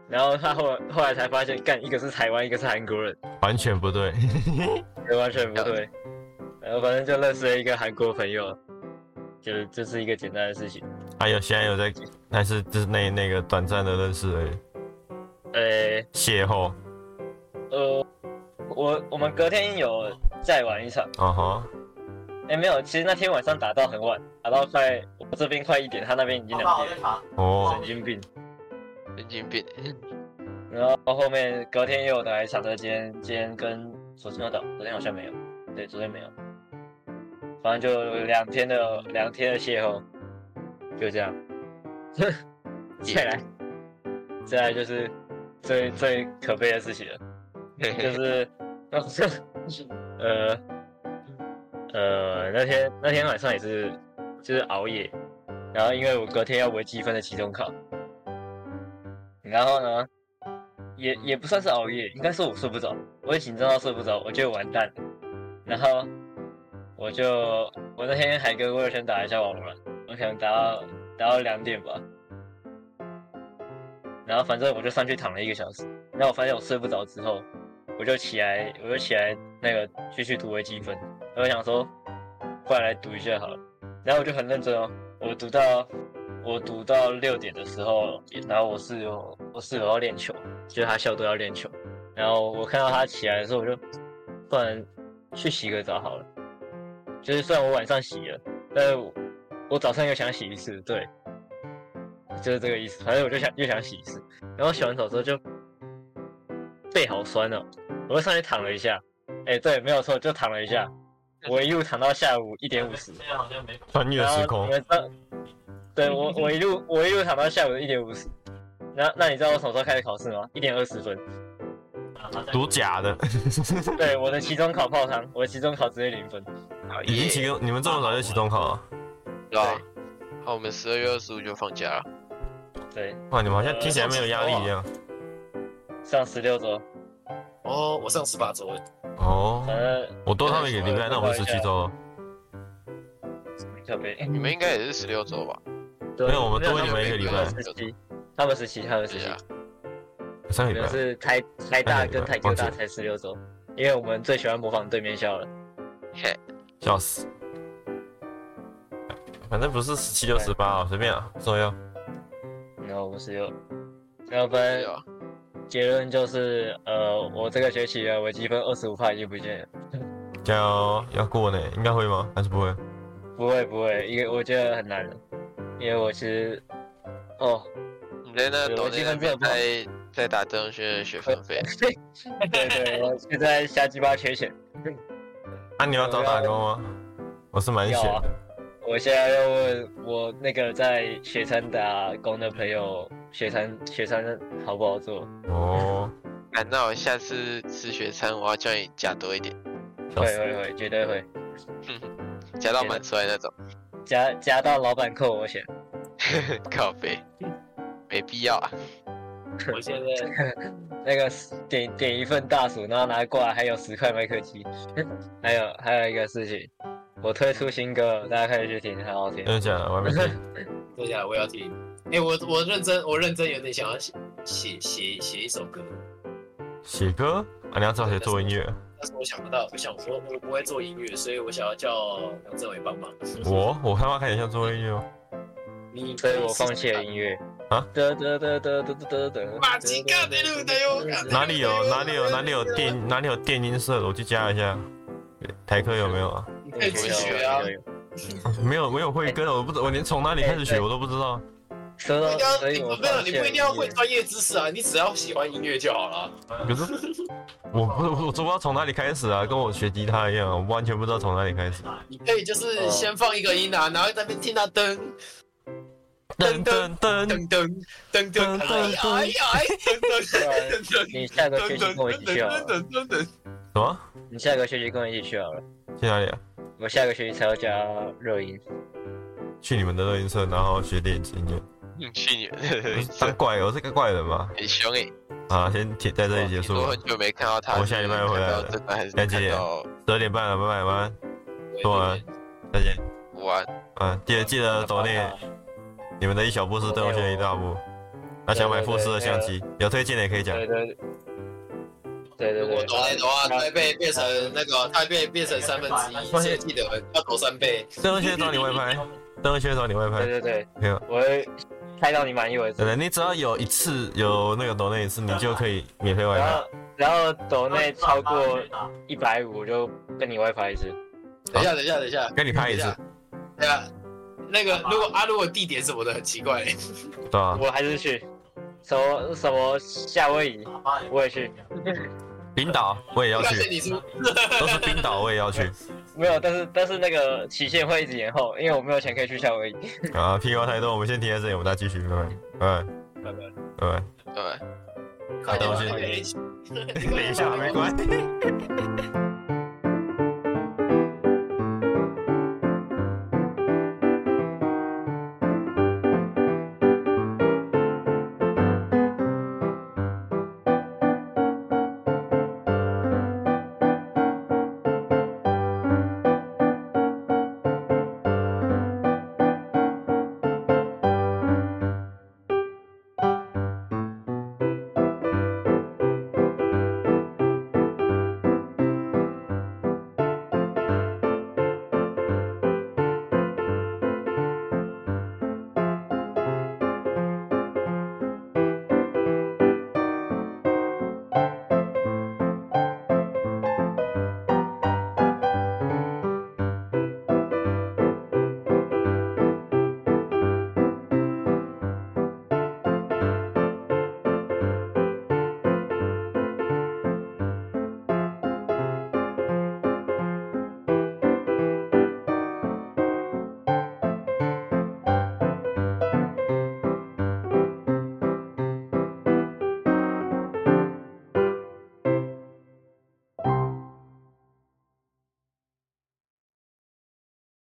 Speaker 3: 然后他后来后来才发现，干一个是台湾，一个是韩国人。
Speaker 1: 完全不对。
Speaker 3: 对，完全不对。然后反正就认识了一个韩国朋友，就是这、是一个简单的事情。
Speaker 1: 还有哎现在有在，但是就是那那个短暂的认识而已，
Speaker 3: 呃
Speaker 1: 邂逅，
Speaker 3: 呃，我我们隔天有再玩一场，
Speaker 1: 啊哈，
Speaker 3: 哎没有，其实那天晚上打到很晚，打到快我这边快一点，他那边已经
Speaker 5: 好吧，
Speaker 3: 两
Speaker 5: 我
Speaker 3: 点
Speaker 5: 在，查。
Speaker 1: 哦
Speaker 3: 神经病。
Speaker 6: 神经病。
Speaker 3: 然后后面隔天又有打一场，但今天今天跟昨天有打，昨天好像没有，对，昨天没有。反正就两天的两天的邂逅，就这样。 再来，再来就是最最可悲的事 情了，就是 呃呃那天那天晚上也是就是熬夜，然后因为我隔天要微积分的期中考，然后呢也也不算是熬夜，应该是我睡不着，我也紧张到睡不着，我就完蛋了。然后我就我那天还跟魏轩打一下网络，我可能打到打到两点吧。然后反正我就上去躺了一个小时，然后我发现我睡不着之后，我就起来，我就起来那个继续读微积分，我就想说，不然来读一下好了。然后我就很认真哦，我读到我读到六点的时候，然后我室友我室友要练球，就是他校队要练球，然后我看到他起来的时候，我就不然去洗个澡好了。就是虽然我晚上洗了，但是我我早上又想洗一次，对，就是这个意思。反正我就想又想洗一次，然后洗完澡之后就背好酸哦，我就上去躺了一下，哎、对，没有错，就躺了一下，我一路躺到下午一点五十。
Speaker 5: 现在好像没。
Speaker 1: 穿越时空
Speaker 3: 你，们知道？对我，我一路我一路躺到下午的一点五十。那那你知道我什么时候开始考试吗？一点二十分。
Speaker 1: 读假的，
Speaker 3: 对，我的期中考泡汤，我的期中考直接零分。
Speaker 6: 好
Speaker 1: 已经
Speaker 6: 耶，
Speaker 1: 期中，你们这么早就期中考了？
Speaker 6: 对吧？好，我们十二月二十五就放假了。
Speaker 3: 对，
Speaker 1: 哇，你们好像听起来没有压力一样。
Speaker 3: 上十六周，
Speaker 2: 哦，我上十八周了，
Speaker 1: 哦，啊
Speaker 3: 反正
Speaker 1: 我多他们一个礼拜，那我们十七周了。
Speaker 3: 特别。
Speaker 6: 你们应该也是十六周吧？
Speaker 3: 嗯对
Speaker 1: 没有我们多
Speaker 3: 他
Speaker 1: 你们一个礼拜
Speaker 3: 十七，他们十七，他们十
Speaker 6: 对
Speaker 3: 七
Speaker 6: 啊，，
Speaker 1: 上
Speaker 3: 你
Speaker 1: 礼
Speaker 3: 们
Speaker 1: 拜
Speaker 3: 是台台大跟台科
Speaker 1: 忘记
Speaker 3: 大
Speaker 1: 啊了
Speaker 3: 才十六周，因为我们最喜欢模仿对面校了。
Speaker 6: 嘿，
Speaker 1: 笑死，反正不是十七就十八啊，随便啊，不重要。
Speaker 3: 然后我们十六，然后反
Speaker 6: 对
Speaker 3: 正
Speaker 6: 啊，
Speaker 3: 结论就是，呃，我这个学期的微积分二十五块已经不见了。
Speaker 1: 加油，要过呢，应该会吗？还是不会？
Speaker 3: 不会不会，因为我觉得很难的，因为我其实，哦，
Speaker 6: 你在那
Speaker 3: 对
Speaker 6: 抖
Speaker 3: 我
Speaker 6: 音
Speaker 3: 记
Speaker 6: 那
Speaker 3: 分真的
Speaker 6: 边
Speaker 3: 不好
Speaker 6: 在在打邓轩的学分 费，
Speaker 3: 对对，我现在瞎鸡巴缺钱，
Speaker 1: 啊，你要找打工吗？我是蛮闲
Speaker 3: 要啊
Speaker 1: 的，
Speaker 3: 我现在要问我那个在雪山打工的朋友，雪山雪山好不好做？
Speaker 1: 哦，
Speaker 6: 啊，那我下次吃学餐，我要叫你加多一点，
Speaker 1: 笑
Speaker 3: 会
Speaker 1: 死，
Speaker 3: 会会，绝对会，
Speaker 6: 加到满出来那种，
Speaker 3: 加加到老板扣我钱，
Speaker 6: 靠背，没必要啊。
Speaker 2: 我现在
Speaker 3: 那个点点一份大薯，然后拿过来还有十块麦克鸡，还有还有一个事情，我推出新歌，大家可以去听，很好听
Speaker 1: 真。的假的？我还没 听。
Speaker 2: 接下来我要听，哎、我我认真，我认真有点想要写写写写一首歌，
Speaker 1: 写歌啊，你要找谁做音乐？
Speaker 2: 但是我想不到，我想我我不会做音乐，所以我想要叫杨政伟帮忙。
Speaker 1: 我我他妈看起来像做音乐吗？
Speaker 2: 你
Speaker 3: 所以我放弃了音乐。
Speaker 1: 啊？
Speaker 3: 得得得得得得得。
Speaker 2: 马吉干的路的哟，
Speaker 1: 哪里有哪里有哪里有电哪里有电音社的？我去加一下。台科有没有啊？
Speaker 3: 哎
Speaker 2: 可以自学啊
Speaker 3: 有。有有
Speaker 1: 没有没有慧根，我不知我连从哪里开始学
Speaker 3: 哎对
Speaker 1: 我都不知道。
Speaker 3: 说
Speaker 2: 不一
Speaker 3: 到
Speaker 2: 定要，
Speaker 3: 所以我
Speaker 2: 你没有，你
Speaker 3: 放弃
Speaker 2: 不
Speaker 3: 了
Speaker 2: 一定要
Speaker 3: 音
Speaker 2: 会
Speaker 3: 乐
Speaker 2: 专业知识啊，你只要喜欢音乐就好了。
Speaker 1: 可是我不我我都不知道从哪里开始啊，跟我学吉他一样，我完全不知道从哪里开始。
Speaker 2: 你可以就是先放一个音啊，然后在那边听到噔
Speaker 1: 噔噔噔，
Speaker 2: 噔噔噔噔，哎呀哎呀哎，噔噔噔噔。
Speaker 3: 你下个
Speaker 2: 噔
Speaker 3: 学期
Speaker 2: 噔
Speaker 3: 跟我一起去好
Speaker 2: 噔
Speaker 3: 了。
Speaker 2: 噔噔噔，
Speaker 1: 什么？
Speaker 3: 你下个学期跟我一起去好了。
Speaker 1: 去哪里啊？
Speaker 3: 我下个学期才要加热音。
Speaker 1: 去你们的乐音社，然后学电子音乐。
Speaker 6: 嗯，去你
Speaker 1: 我
Speaker 6: 们
Speaker 1: 是当怪，我是个怪人吧？
Speaker 6: 很凶哎！
Speaker 1: 啊，先停在这里结束，
Speaker 6: 我很久没看到他，
Speaker 1: 我下礼拜会回来
Speaker 6: 看到这段还是
Speaker 1: 该几
Speaker 6: 看
Speaker 1: 点
Speaker 6: 到
Speaker 1: 十二点半了，拜拜，晚安，说晚安，再见。
Speaker 6: 我啊
Speaker 1: 嗯，记得记得走内，你们的一小步是对我现在一大步。那想买富士的相机，有推荐的也可以讲。
Speaker 3: 对对对对对
Speaker 2: 如果
Speaker 3: 对
Speaker 2: 抖来抖啊，台北变成那个台北变成三分之一，所以记得要抖三倍。
Speaker 1: 邓文轩找你外拍，邓文轩找你外拍。
Speaker 3: 对对对
Speaker 1: 哎没有，
Speaker 3: 我会拍到你满意为止
Speaker 1: 真。的，你只要有一次有那个抖那一次，你就可以免费外
Speaker 3: 然
Speaker 1: 拍。
Speaker 3: 后然后抖内超过一百五，我就跟你 WiFi 一次。
Speaker 2: 等一下，等一下，等一下，
Speaker 1: 跟你拍一次，
Speaker 2: 对啊，那个如果啊，如果地点什么的很奇怪，
Speaker 1: 对吧？
Speaker 3: 我还是去，什么什么夏威夷我也去，
Speaker 1: 冰岛我也要
Speaker 2: 但是
Speaker 1: 去，
Speaker 2: 你说
Speaker 1: 都是冰岛我也要 去。
Speaker 3: 没有，但是但是那个期限会一直延后，因为我没有钱可以去夏威夷。
Speaker 1: 啊，屁话太多，我们先停在这里，我们再继续，拜拜，拜拜，拜拜。
Speaker 6: 呃。
Speaker 2: 快点
Speaker 1: 等我
Speaker 2: 把
Speaker 1: 先
Speaker 2: 那个联系
Speaker 1: 等一下，没关系。